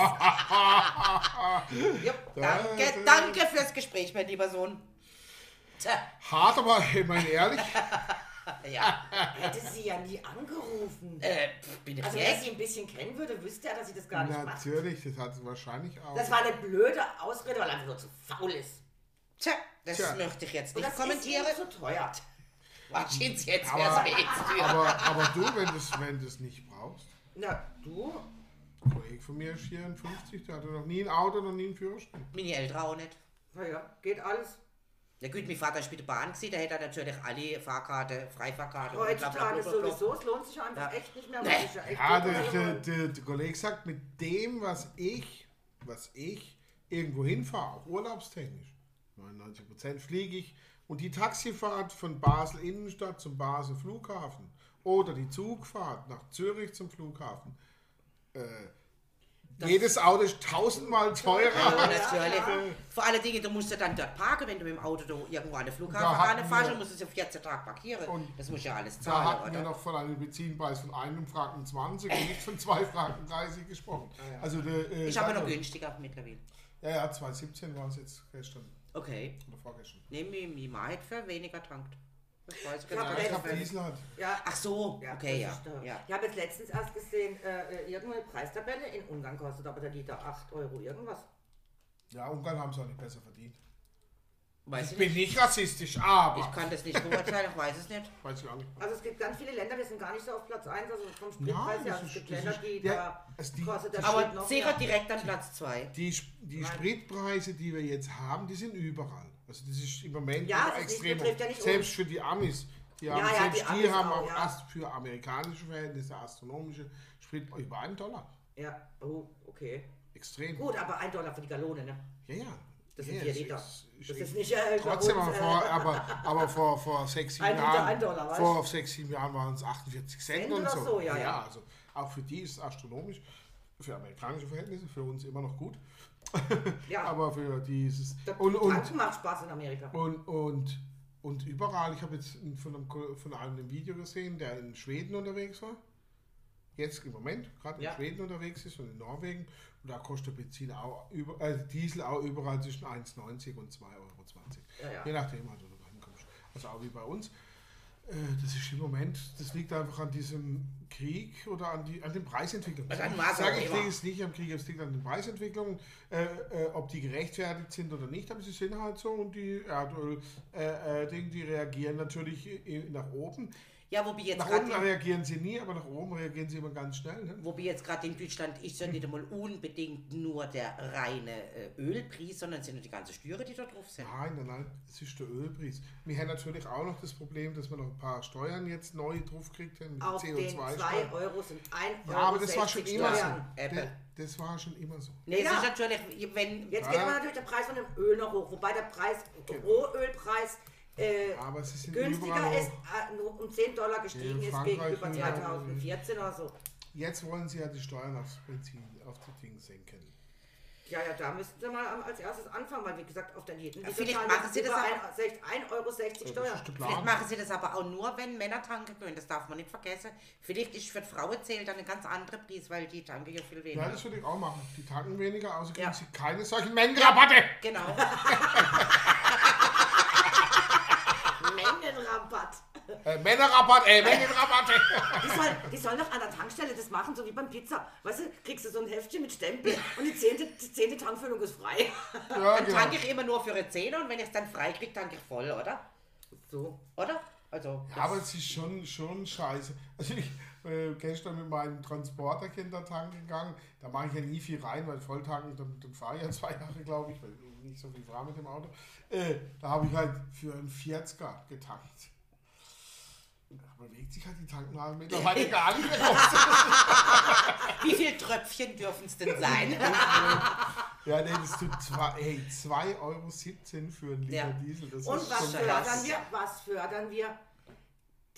Speaker 1: ja, danke, danke fürs Gespräch, mein lieber Sohn. Tja,
Speaker 2: Hart, aber ich meine ehrlich,
Speaker 1: ja,
Speaker 3: Hätte sie ja nie angerufen.
Speaker 1: äh, pf, bin ich
Speaker 3: Also, wenn
Speaker 1: weg?
Speaker 3: ich sie ein bisschen kennen würde, wüsste er, dass sie das gar nicht macht.
Speaker 2: natürlich, das hat sie wahrscheinlich auch.
Speaker 3: Das war eine blöde Ausrede, weil er einfach nur zu faul ist.
Speaker 1: Tja, das
Speaker 2: Tja.
Speaker 1: möchte ich jetzt
Speaker 3: Und
Speaker 1: nicht
Speaker 3: das
Speaker 1: kommentieren.
Speaker 3: ist ihm zu teuer.
Speaker 1: Wasch ins jetzt
Speaker 2: Aber-
Speaker 1: erst Wehtür.
Speaker 2: aber, aber du, wenn du es wenn du's nicht brauchst,
Speaker 3: Na, du?
Speaker 2: ein Kollege von mir ist 54, der hatte noch nie ein Auto, noch nie einen Führerschein.
Speaker 1: Meine Eltern auch nicht.
Speaker 3: Na ja, geht alles.
Speaker 1: Ja gut, mein Vater spielt Bahn gesehen, da hätte er natürlich alle Fahrkarte, Freifahrkarte und bla, bla,
Speaker 3: Heutzutage
Speaker 1: bla, bla, bla.
Speaker 3: sowieso, es lohnt sich einfach
Speaker 1: Ja.
Speaker 3: echt nicht mehr. weil ich echt
Speaker 2: Ja,
Speaker 3: tut
Speaker 2: der,
Speaker 3: mir
Speaker 2: der,
Speaker 3: leid.
Speaker 2: der, der Kollege sagt, mit dem, was ich, was ich irgendwo hinfahre, auch urlaubstechnisch, 99% fliege ich, und die Taxifahrt von Basel Innenstadt zum Basel Flughafen oder die Zugfahrt nach Zürich zum Flughafen, äh, jedes Auto ist tausendmal
Speaker 1: Ja,
Speaker 2: teurer.
Speaker 1: natürlich. Vor allen Dingen, du musst ja dann dort parken, wenn du mit dem Auto da irgendwo an den
Speaker 2: Da hatten
Speaker 1: Flughafen ranfährst,
Speaker 2: wir-
Speaker 1: dann musst du es ja 14 Tage parkieren.
Speaker 2: Und
Speaker 1: das musst du ja alles
Speaker 2: Da
Speaker 1: zahlen,
Speaker 2: hatten wir
Speaker 1: oder?
Speaker 2: noch von einem Benzinpreis von einem Franken 20 und nicht von zwei Franken 30 gesprochen.
Speaker 3: Ah,
Speaker 2: Also der, äh,
Speaker 1: ich habe noch
Speaker 2: Sandro-
Speaker 1: günstiger mittlerweile.
Speaker 2: Ja, ja, 2,17 war es jetzt gestern
Speaker 1: Okay.
Speaker 2: oder vorgestern.
Speaker 1: Nehmen wir die Mehrheit für weniger tankt. Das weiß ich
Speaker 3: Ja,
Speaker 2: Ja,
Speaker 1: genau.
Speaker 2: ich
Speaker 3: Geld
Speaker 2: hab
Speaker 3: für-
Speaker 2: Diesel halt.
Speaker 3: Ja,
Speaker 1: Ach so,
Speaker 3: Ja,
Speaker 1: okay,
Speaker 3: das
Speaker 1: ja.
Speaker 3: ist da.
Speaker 1: ja.
Speaker 3: Ich habe jetzt letztens erst gesehen, äh, äh, irgendeine Preistabelle in Ungarn kostet aber der Liter 8 Euro irgendwas.
Speaker 2: Ja, Ungarn haben es auch nicht besser verdient.
Speaker 1: Weiß
Speaker 2: Ich
Speaker 1: ich nicht.
Speaker 2: bin nicht rassistisch, aber.
Speaker 1: Ich kann das nicht beurteilen, ich weiß es nicht.
Speaker 2: Weiß ich auch nicht.
Speaker 3: Also es gibt ganz viele Länder, wir sind gar nicht so auf Platz 1, also vom
Speaker 2: Nein,
Speaker 3: Spritpreis her.
Speaker 2: das
Speaker 3: Es
Speaker 2: ist-
Speaker 3: gibt
Speaker 2: das
Speaker 3: Länder,
Speaker 2: ist-
Speaker 3: die
Speaker 2: ja,
Speaker 3: da
Speaker 2: es- die-
Speaker 3: kostet der Sprit
Speaker 1: Aber
Speaker 3: noch
Speaker 1: sicher
Speaker 3: mehr.
Speaker 1: direkt an Platz 2.
Speaker 2: Die, Sp- die
Speaker 3: Nein.
Speaker 2: Spritpreise, die wir jetzt haben, die sind überall. Also das ist im Moment
Speaker 3: Ja,
Speaker 2: noch
Speaker 3: das ist-
Speaker 2: extrem.
Speaker 3: betrifft ja nicht
Speaker 2: selbst für die Amis. Die haben,
Speaker 3: ja,
Speaker 2: selbst die,
Speaker 3: die Amis
Speaker 2: haben
Speaker 3: auch,
Speaker 2: auch,
Speaker 3: ja.
Speaker 2: erst für amerikanische Verhältnisse astronomische Sprit über einen Dollar.
Speaker 3: Ja, oh, okay.
Speaker 2: Extrem.
Speaker 3: Gut, aber ein Dollar für die Gallone, ne?
Speaker 2: Ja, ja.
Speaker 3: Das
Speaker 2: ja,
Speaker 3: sind
Speaker 2: ja,
Speaker 3: vier
Speaker 2: es
Speaker 3: Liter.
Speaker 2: ist-
Speaker 3: Das
Speaker 2: ist-
Speaker 3: ist nicht äh, bei
Speaker 2: Trotzdem,
Speaker 3: uns,
Speaker 2: aber
Speaker 3: äh,
Speaker 2: vor, aber, aber vor, vor sechs, sieben
Speaker 3: Ein Liter,
Speaker 2: Jahren,
Speaker 3: ein Dollar, weißt du?
Speaker 2: vor sechs, sieben Jahren waren es 48 Cent,
Speaker 3: Cent
Speaker 2: und
Speaker 3: oder
Speaker 2: so.
Speaker 3: so, ja, ja.
Speaker 2: also auch für die ist es astronomisch. Für amerikanische Verhältnisse, für uns immer noch gut.
Speaker 3: Ja.
Speaker 2: aber für die ist es.
Speaker 3: Da-
Speaker 2: Und, und,
Speaker 3: Tanken also macht Spaß in Amerika.
Speaker 2: und, und, und überall, ich habe jetzt von einem, Ko- von einem ein Video gesehen, der in Schweden unterwegs war. Jetzt im Moment, gerade in
Speaker 3: Ja.
Speaker 2: Schweden unterwegs ist und in Norwegen. Und da kostet Benzin auch über, äh, Diesel auch überall zwischen 1,90 und 2,20 Euro.
Speaker 3: Ja, ja.
Speaker 2: Je nachdem, also du hinkommst. Also auch wie bei uns. Äh, Das ist im Moment, das liegt einfach an diesem Krieg oder an, die, an den Preisentwicklungen.
Speaker 1: Was an
Speaker 2: Sag-
Speaker 1: was
Speaker 2: sag
Speaker 1: auch
Speaker 2: ich
Speaker 1: immer.
Speaker 2: liegt es nicht am Krieg, es liegt an den Preisentwicklungen, äh, äh, ob die gerechtfertigt sind oder nicht, aber sie sind halt so und die Erdöl, äh, äh, Ding, die reagieren natürlich i- nach oben.
Speaker 1: Ja, wobei jetzt
Speaker 2: Nach
Speaker 1: gerade
Speaker 2: unten
Speaker 1: die-
Speaker 2: reagieren sie nie, aber nach oben reagieren sie immer ganz schnell. Ne?
Speaker 1: Wobei jetzt gerade in Deutschland ist ja nicht einmal unbedingt nur der reine äh, Ölpreis, sondern es sind ja die ganzen Stüre, die da drauf sind.
Speaker 2: Nein, nein, nein, es ist der Ölpreis. Wir haben natürlich auch noch das Problem, dass man noch ein paar Steuern jetzt neu draufkriegt haben, mit
Speaker 3: Auf den 2
Speaker 2: CO2-Steuer.
Speaker 3: Euro sind 1 Euro.
Speaker 2: Ja, aber das war schon
Speaker 3: 60
Speaker 2: immer so.
Speaker 3: Steuern.
Speaker 1: Apple.
Speaker 2: Das, das war schon immer so.
Speaker 1: Nee,
Speaker 3: Ja.
Speaker 1: es ist natürlich, wenn.
Speaker 3: Jetzt
Speaker 2: Ja.
Speaker 3: geht aber natürlich der Preis von dem Öl noch hoch, wobei der Preis, Rohölpreis, äh,
Speaker 2: Aber sie sind überall
Speaker 3: günstiger
Speaker 2: hoch.
Speaker 3: ist, äh, nur um 10 Dollar gestiegen
Speaker 2: Ja,
Speaker 3: ist
Speaker 2: Frankreich
Speaker 3: gegenüber
Speaker 2: und-
Speaker 3: 2014 oder so.
Speaker 2: Jetzt wollen sie ja die Steuern aufs Benzin, auf die Dinge senken.
Speaker 3: Ja, ja, da müssten sie mal am- als erstes anfangen, weil wie gesagt, auf den jeden
Speaker 1: Ja, vielleicht machen sie das auch.
Speaker 3: 1,60 Euro 60
Speaker 2: Oh, Das
Speaker 3: Steuer.
Speaker 2: ist der
Speaker 1: Vielleicht
Speaker 2: Plan.
Speaker 1: machen sie das aber auch nur, wenn Männer tanken können. Das darf man nicht vergessen. Vielleicht ist für die Frauen zählt dann ein ganz anderer Preis, weil die tanken ja viel weniger.
Speaker 2: Ja, das würde ich auch machen. Die tanken weniger, außer kriegen
Speaker 3: Ja.
Speaker 2: sie keine solchen Mengenrabatte.
Speaker 1: genau.
Speaker 3: Mengen
Speaker 1: Männerrabatt.
Speaker 2: Äh, Männerrabatt, ey, Männerrabatt.
Speaker 3: Die sollen, die sollen doch an der Tankstelle das machen, so wie beim Pizza. Weißt du, kriegst du so ein Heftchen mit Stempel und die zehnte, die zehnte Tankfüllung ist frei.
Speaker 2: ja,
Speaker 1: Dann
Speaker 2: genau.
Speaker 1: tanke ich immer nur für eine 10 und wenn ich es dann frei kriege, tanke ich voll, oder?
Speaker 3: So.
Speaker 1: Oder? Also, das-
Speaker 2: Aber es ist schon, schon scheiße. Also ich äh, gestern mit meinem Transporter Kindertank gegangen. Da mache ich ja nie viel rein, weil Volltanken, dann, dann fahre ich ja zwei Jahre, glaube ich, weil ich nicht so viel fahre mit dem Auto. Äh, da habe ich halt für einen 40er getankt. Da bewegt sich halt die Tanknadel mittlerweile gar nicht mehr.
Speaker 1: wie viele Tröpfchen dürfen es denn sein?
Speaker 2: Ja, nee, das tut zwei- ey, 2,17 Euro für einen Liter
Speaker 1: Ja.
Speaker 2: Diesel. Das
Speaker 3: Und
Speaker 2: ist
Speaker 3: was
Speaker 2: schon
Speaker 1: für- krass.
Speaker 3: fördern wir? Was fördern wir?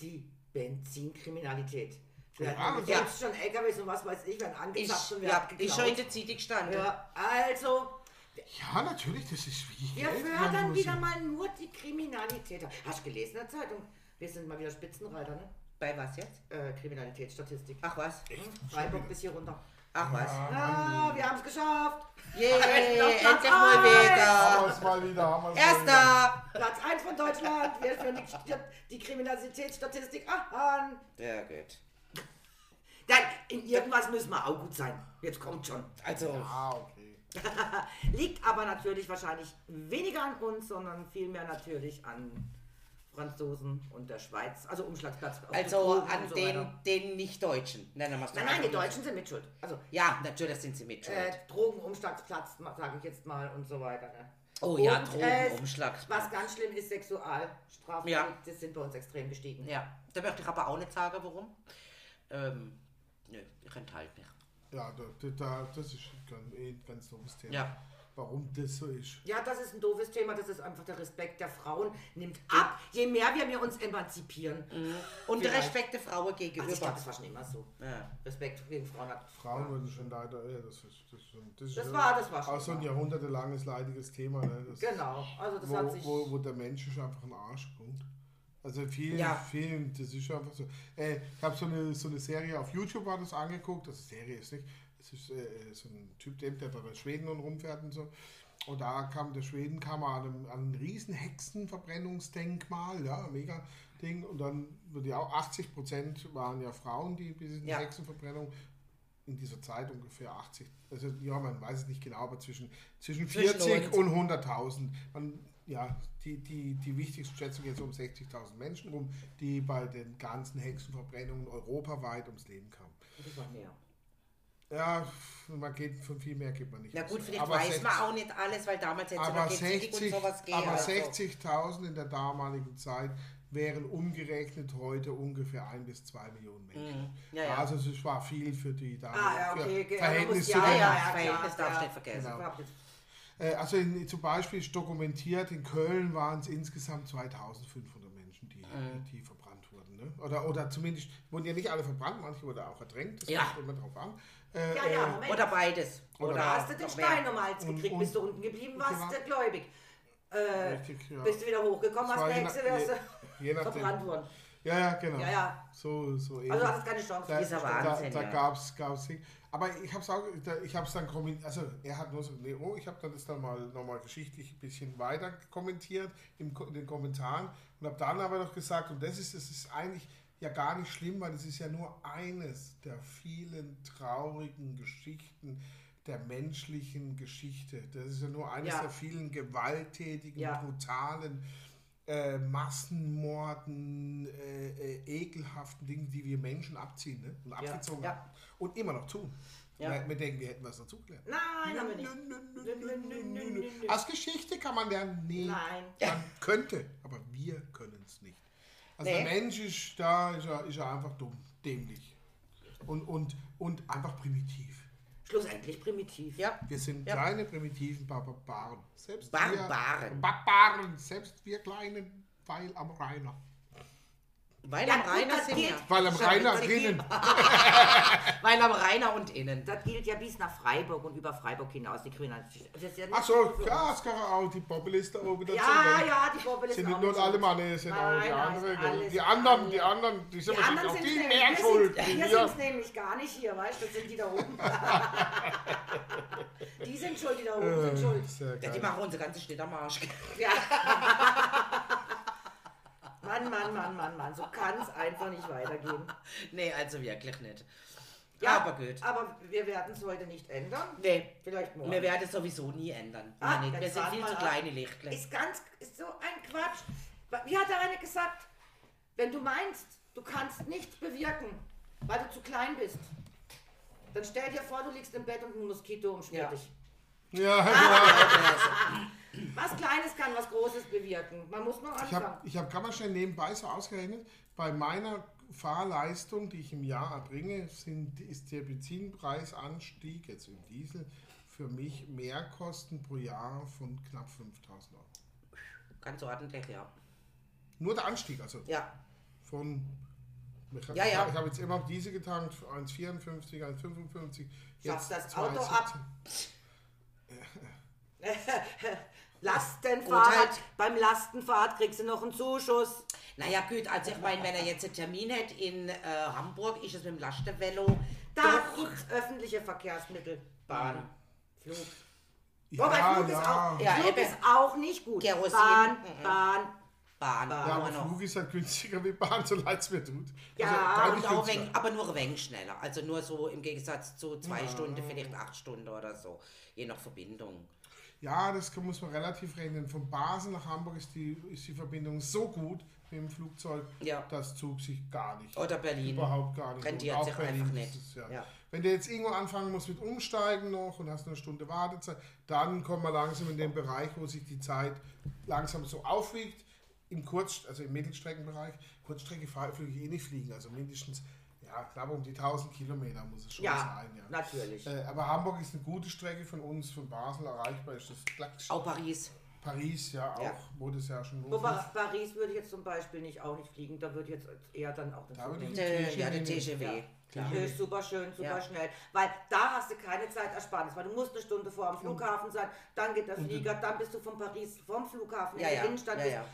Speaker 3: Die Benzinkriminalität. Vielleicht
Speaker 2: Ja,
Speaker 3: haben wir
Speaker 1: ja.
Speaker 3: jetzt schon LKWs und was weiß ich, werden
Speaker 1: Ich,
Speaker 3: angezapft und werden
Speaker 1: ja,
Speaker 3: abgeklaut.
Speaker 1: ich schon in der Zeitung stand.
Speaker 3: ja, also,
Speaker 2: Ja, natürlich, das ist wichtig.
Speaker 3: wir fördern wieder mal nur die Kriminalität. Hast du gelesen in der Zeitung? Wir sind mal wieder Spitzenreiter, ne?
Speaker 1: Bei was jetzt?
Speaker 3: Äh, Kriminalitätsstatistik. Hm?
Speaker 1: Ach was?
Speaker 3: Freiburg bis hier runter.
Speaker 1: Ach was?
Speaker 3: Ah, wir haben es geschafft.
Speaker 1: Yay,
Speaker 3: Doch,
Speaker 1: endlich
Speaker 3: Platz
Speaker 1: mal
Speaker 2: Haben
Speaker 1: wieder.
Speaker 2: wir es mal wieder. Haben wir's mal wieder.
Speaker 1: Erster.
Speaker 3: Platz 1 von Deutschland. Wir führen die, die Kriminalitätsstatistik an.
Speaker 1: Ja, gut.
Speaker 3: Dann, in irgendwas müssen wir auch gut sein. Jetzt kommt schon.
Speaker 1: Also,
Speaker 2: Ah, okay.
Speaker 3: Liegt aber natürlich wahrscheinlich weniger an uns, sondern vielmehr natürlich an Franzosen und der Schweiz. Also Umschlagsplatz. auf
Speaker 1: also
Speaker 3: Drogen und
Speaker 1: an
Speaker 3: so weiter.
Speaker 1: den, den Nicht-Deutschen. Nein, nein,
Speaker 3: Nein, nein, die Deutschen sind mit Schuld. Also
Speaker 1: Ja, natürlich sind sie mit.
Speaker 3: äh,
Speaker 1: schuld.
Speaker 3: Drogenumschlagsplatz, sage ich jetzt mal, und so weiter. Ne?
Speaker 1: Oh ja,
Speaker 3: und, äh,
Speaker 1: Drogenumschlag.
Speaker 3: Was ganz schlimm ist, Sexualstrafen,
Speaker 1: Ja.
Speaker 3: das sind bei uns extrem gestiegen.
Speaker 1: Ja, da möchte ich aber auch nicht sagen, warum. Ähm, nö, halt ich enthalte mich.
Speaker 2: Ja, da, da- da, das ist ganz, eh ein ganz dummes Thema.
Speaker 1: Ja.
Speaker 2: Warum das so ist.
Speaker 3: Ja, das ist ein doofes Thema. Das ist einfach der Respekt der Frauen nimmt ab, je mehr wir mir uns emanzipieren.
Speaker 1: Und der
Speaker 3: Vielleicht.
Speaker 1: Respekt der Frauen
Speaker 3: Also ich glaube,
Speaker 1: gegenüber.
Speaker 3: das war schon immer so.
Speaker 1: Mhm. Ja.
Speaker 3: Respekt gegen Frauen hat.
Speaker 2: Frauen wurden schon leider, ja, das ist, das ist, das ist
Speaker 3: Das
Speaker 2: so-
Speaker 3: war- das war schon
Speaker 2: auch so ein
Speaker 3: mal.
Speaker 2: jahrhundertelanges leidiges Thema. Ne? Das,
Speaker 3: Genau. Also das hat sich.
Speaker 2: wo, wo, wo der Mensch ist einfach ein Arschpunkt. Also vielen,
Speaker 1: Ja.
Speaker 2: vielen, das ist einfach so. Äh, ich habe so eine, so eine Serie auf YouTube war das angeguckt, also Serie ist nicht, es ist äh, so ein Typ, der der bei Schweden und rumfährt und so. Und da kam der Schweden kam er an einem, an einem riesen Hexenverbrennungsdenkmal, ja, mega Ding. Und dann wird ja auch 80 Prozent waren ja Frauen, die bis in die
Speaker 1: Ja.
Speaker 2: Hexenverbrennung in dieser Zeit ungefähr 80, also ja, man weiß es nicht genau, aber zwischen, zwischen
Speaker 1: Zwischen
Speaker 2: 40
Speaker 1: und-
Speaker 2: und 100.000. Man, ja, die, die, die wichtigste Schätzung geht so um 60.000 Menschen rum, die bei den ganzen Hexenverbrennungen europaweit ums Leben kamen.
Speaker 3: Das war mehr.
Speaker 2: Ja, man geht von viel mehr geht man nicht.
Speaker 1: Na
Speaker 2: aus.
Speaker 1: gut, vielleicht
Speaker 2: Aber
Speaker 1: weiß
Speaker 2: 60
Speaker 1: man auch nicht alles, weil damals hätte es
Speaker 2: aber
Speaker 1: noch Genetik
Speaker 2: 60,
Speaker 1: und sowas gegeben.
Speaker 2: aber
Speaker 1: also.
Speaker 2: 60.000 in der damaligen Zeit wären umgerechnet heute ungefähr ein bis zwei Millionen Menschen.
Speaker 1: Mhm. Ja, ja.
Speaker 2: Also es war viel für die
Speaker 3: Ah, ja,
Speaker 2: damaligen
Speaker 3: okay.
Speaker 2: für
Speaker 3: okay.
Speaker 2: Verhältnis
Speaker 3: ja,
Speaker 2: zu
Speaker 3: muss-
Speaker 2: den
Speaker 3: ja, ja,
Speaker 1: Das
Speaker 3: ja,
Speaker 1: Verhältnis
Speaker 3: klar,
Speaker 1: darfst du
Speaker 3: ja. Genau.
Speaker 1: nicht vergessen.
Speaker 3: Das überhaupt nicht.
Speaker 2: Äh, Also in, zum Beispiel ist dokumentiert, in Köln waren es insgesamt 2500 Menschen, die, die verbrannt wurden. Ne? Oder, oder zumindest wurden ja nicht alle verbrannt, manche wurden auch ertränkt. Das
Speaker 1: Ja.
Speaker 2: kommt immer drauf an. Äh,
Speaker 3: Ja, ja,
Speaker 2: äh,
Speaker 3: Moment.
Speaker 1: Oder beides.
Speaker 2: Oder
Speaker 1: Oder
Speaker 3: hast du den
Speaker 1: noch mehr.
Speaker 3: Stein um den Hals
Speaker 2: Und-
Speaker 3: gekriegt,
Speaker 2: und-
Speaker 3: bist du unten geblieben, warst
Speaker 2: Genau.
Speaker 3: du gläubig. Äh,
Speaker 2: Richtig, ja.
Speaker 3: Bist du wieder hochgekommen,
Speaker 2: Das
Speaker 3: hast
Speaker 2: war
Speaker 3: eine
Speaker 2: je
Speaker 3: Hexe,
Speaker 2: nach-
Speaker 3: wärst
Speaker 2: je- je
Speaker 3: du
Speaker 2: nachdem.
Speaker 3: verbrannt worden.
Speaker 2: Ja, ja, genau.
Speaker 3: Ja, ja.
Speaker 2: So, so eben.
Speaker 3: Also hattest keine Chance.
Speaker 2: Da,
Speaker 1: Dieser
Speaker 2: da,
Speaker 1: Wahnsinn,
Speaker 2: da
Speaker 1: ja.
Speaker 2: gab's, gab's Ding. Aber ich hab's auch, da, ich hab's dann kommentiert, also er hat nur so, nee, oh, ich hab dann das dann mal nochmal geschichtlich ein bisschen weiter kommentiert im, Ko- in den Kommentaren und hab dann aber noch gesagt, und das ist, das ist eigentlich ja gar nicht schlimm, weil es ist ja nur eines der vielen traurigen Geschichten der menschlichen Geschichte. Das ist ja nur eines
Speaker 3: Ja.
Speaker 2: der vielen gewalttätigen,
Speaker 3: Ja.
Speaker 2: brutalen äh, Massenmorden, äh, äh, ekelhaften Dingen, die wir Menschen abziehen ne? und abgezogen
Speaker 3: ja.
Speaker 2: haben. Und immer noch tun.
Speaker 1: Ja.
Speaker 2: Wir, wir denken, wir hätten was dazugelernt.
Speaker 3: Nein, haben wir nicht.
Speaker 2: Nö, nö,
Speaker 3: Nö, nö, nö, nö, nö, nö.
Speaker 2: Aus Geschichte kann man lernen. Nee,
Speaker 3: Nein.
Speaker 2: man könnte, aber wir können es nicht. Also
Speaker 1: Nee.
Speaker 2: der Mensch ist da, ist er, ist er einfach dumm, dämlich und, und, und einfach primitiv.
Speaker 3: Schlussendlich primitiv.
Speaker 1: Ja.
Speaker 2: Wir sind
Speaker 1: Ja.
Speaker 2: kleine primitiven Barbaren. Selbst
Speaker 1: Barbaren.
Speaker 2: Wir, Barbaren. Selbst wir kleinen, weil am Rainer.
Speaker 1: Weil
Speaker 3: Ja,
Speaker 1: am
Speaker 3: gut,
Speaker 1: Rainer
Speaker 3: das
Speaker 1: sind
Speaker 3: geht.
Speaker 1: ja.
Speaker 2: Weil am
Speaker 1: Schon
Speaker 2: Rainer
Speaker 1: witzig.
Speaker 2: drinnen.
Speaker 1: Weil am Rainer und innen.
Speaker 3: Das gilt ja bis nach Freiburg und über Freiburg hinaus, die Kriminalität. Das ist ja nicht
Speaker 2: Ach so,
Speaker 3: für
Speaker 2: ja,
Speaker 3: uns.
Speaker 2: es kann auch die Populisten auch wieder
Speaker 3: Ja, ja, die Populisten
Speaker 2: Sind nicht
Speaker 3: auch
Speaker 2: nur
Speaker 3: nicht
Speaker 2: alle
Speaker 3: so.
Speaker 2: Mann, es sind auch die
Speaker 3: Nein, nein,
Speaker 2: anderen.
Speaker 3: ist
Speaker 2: gell?
Speaker 3: alles-
Speaker 2: Die anderen, die anderen, die sind
Speaker 3: Die anderen
Speaker 2: auch
Speaker 3: sind
Speaker 2: die
Speaker 3: nämlich-
Speaker 2: mehr
Speaker 3: wir
Speaker 2: schuld.
Speaker 3: Sind, wir
Speaker 2: Ja.
Speaker 3: sind nämlich gar nicht hier, weißt du? Das sind die da oben. die sind schuld, die da oben sind schuld.
Speaker 2: Sehr
Speaker 1: Ja, die
Speaker 2: geil.
Speaker 1: machen unsere ganze Schnitt am Arsch.
Speaker 3: Ja. Mann, Mann, Mann, Mann, Mann. So kann es einfach nicht weitergehen.
Speaker 1: Nee, also wirklich nicht.
Speaker 3: Ja,
Speaker 1: aber gut. Oh,
Speaker 3: Aber wir werden es heute nicht ändern.
Speaker 1: Nee,
Speaker 3: Vielleicht morgen.
Speaker 1: wir werden es sowieso nie ändern.
Speaker 3: Ah,
Speaker 1: Nein, wir
Speaker 3: jetzt
Speaker 1: sind
Speaker 3: warten
Speaker 1: viel
Speaker 3: wir
Speaker 1: zu
Speaker 3: ab.
Speaker 1: kleine Lichtlein.
Speaker 3: Ist ganz, ist so ein Quatsch. Wie hat der eine gesagt? Wenn du meinst, du kannst nichts bewirken, weil du zu klein bist, dann stell dir vor, du liegst im Bett und ein Moskito umschwirrt
Speaker 1: Ja.
Speaker 3: dich.
Speaker 2: Ja, genau.
Speaker 3: Was Kleines kann was Großes bewirken. Man muss nur
Speaker 2: Ich habe
Speaker 3: anfangen.
Speaker 2: ich hab gerade mal schnell nebenbei so ausgerechnet, bei meiner Fahrleistung, die ich im Jahr erbringe, sind, ist der Benzinpreisanstieg jetzt im Diesel für mich Mehrkosten pro Jahr von knapp 5000 Euro.
Speaker 1: Ganz ordentlich, ja.
Speaker 2: Nur der Anstieg, also
Speaker 1: Ja,
Speaker 2: von. Ich habe
Speaker 1: Ja, ja.
Speaker 2: ich hab jetzt immer auf diese getankt, für 1,54, 1,55. jetzt
Speaker 3: Schaff das Auto
Speaker 2: 2,17.
Speaker 3: ab.
Speaker 1: Gut,
Speaker 3: Lastenfahrrad.
Speaker 1: halt.
Speaker 3: Beim Lastenfahrrad kriegst du noch einen Zuschuss.
Speaker 1: Naja, gut, also ich meine, wenn er jetzt einen Termin hat in äh, Hamburg, ist es mit dem Lastenvelo.
Speaker 3: Da
Speaker 1: doch-
Speaker 3: gibt es öffentliche Verkehrsmittel. Bahn, Flug.
Speaker 2: Ja,
Speaker 3: Wobei Flug,
Speaker 2: ja.
Speaker 3: Ist, auch,
Speaker 1: Ja,
Speaker 3: Flug
Speaker 1: eben.
Speaker 3: ist auch nicht gut.
Speaker 1: Kerosin.
Speaker 3: Bahn,
Speaker 1: Mhm.
Speaker 3: Bahn.
Speaker 1: Bahn,
Speaker 2: ja,
Speaker 1: nur
Speaker 2: aber
Speaker 1: noch.
Speaker 2: Flug ist halt günstiger wie Bahn, so leid es mir tut. Also,
Speaker 3: Ja,
Speaker 2: deutlich
Speaker 1: Und auch
Speaker 2: günstiger.
Speaker 1: wenig, aber nur ein wenig schneller. Also nur so im Gegensatz zu zwei Stunden, vielleicht acht Stunden oder so. Je nach Verbindung.
Speaker 2: Ja, das kann- muss man relativ rechnen. Von Basel nach Hamburg ist die, ist die Verbindung so gut mit dem Flugzeug,
Speaker 1: Ja.
Speaker 2: dass Zug sich gar nicht.
Speaker 1: Oder Berlin.
Speaker 2: Überhaupt gar nicht.
Speaker 1: Rentiert
Speaker 2: lohnt.
Speaker 1: sich einfach
Speaker 2: ist
Speaker 1: nicht.
Speaker 2: es, ja.
Speaker 1: Ja.
Speaker 2: Wenn du jetzt irgendwo anfangen musst mit Umsteigen noch und hast eine Stunde Wartezeit, dann kommen wir langsam in den Bereich, wo sich die Zeit langsam so aufwiegt. Im Kurz-, also im Mittelstreckenbereich. Kurzstrecke fahr- flüge ich eh nicht fliegen, also mindestens. Ja, knapp um die 1000 Kilometer muss es schon
Speaker 3: Ja,
Speaker 2: sein. Ja.
Speaker 3: natürlich.
Speaker 2: Äh, aber Hamburg ist eine gute Strecke von uns, von Basel erreichbar ist das Klatsch.
Speaker 1: Auch Paris.
Speaker 2: Paris ja auch,
Speaker 1: Ja.
Speaker 2: wo das ja schon los
Speaker 3: Wobei
Speaker 2: ist.
Speaker 3: Paris würde ich jetzt zum Beispiel nicht auch nicht fliegen. Da würde ich jetzt eher dann auch den
Speaker 2: Da
Speaker 3: Flug
Speaker 2: würde ich
Speaker 3: nehmen.
Speaker 1: Äh, ja, der
Speaker 2: TGW.
Speaker 1: TGW.
Speaker 3: Ja.
Speaker 1: klar.
Speaker 3: Äh, super schön, super
Speaker 1: Ja.
Speaker 3: schnell. Weil da hast du keine Zeitersparnis, weil du musst eine Stunde
Speaker 1: Mhm.
Speaker 3: vor am Flughafen sein, dann geht der Flieger, dann bist du von Paris vom Flughafen
Speaker 1: Ja,
Speaker 3: in der
Speaker 1: ja,
Speaker 3: Innenstadt.
Speaker 1: ja,
Speaker 3: bist,
Speaker 1: ja.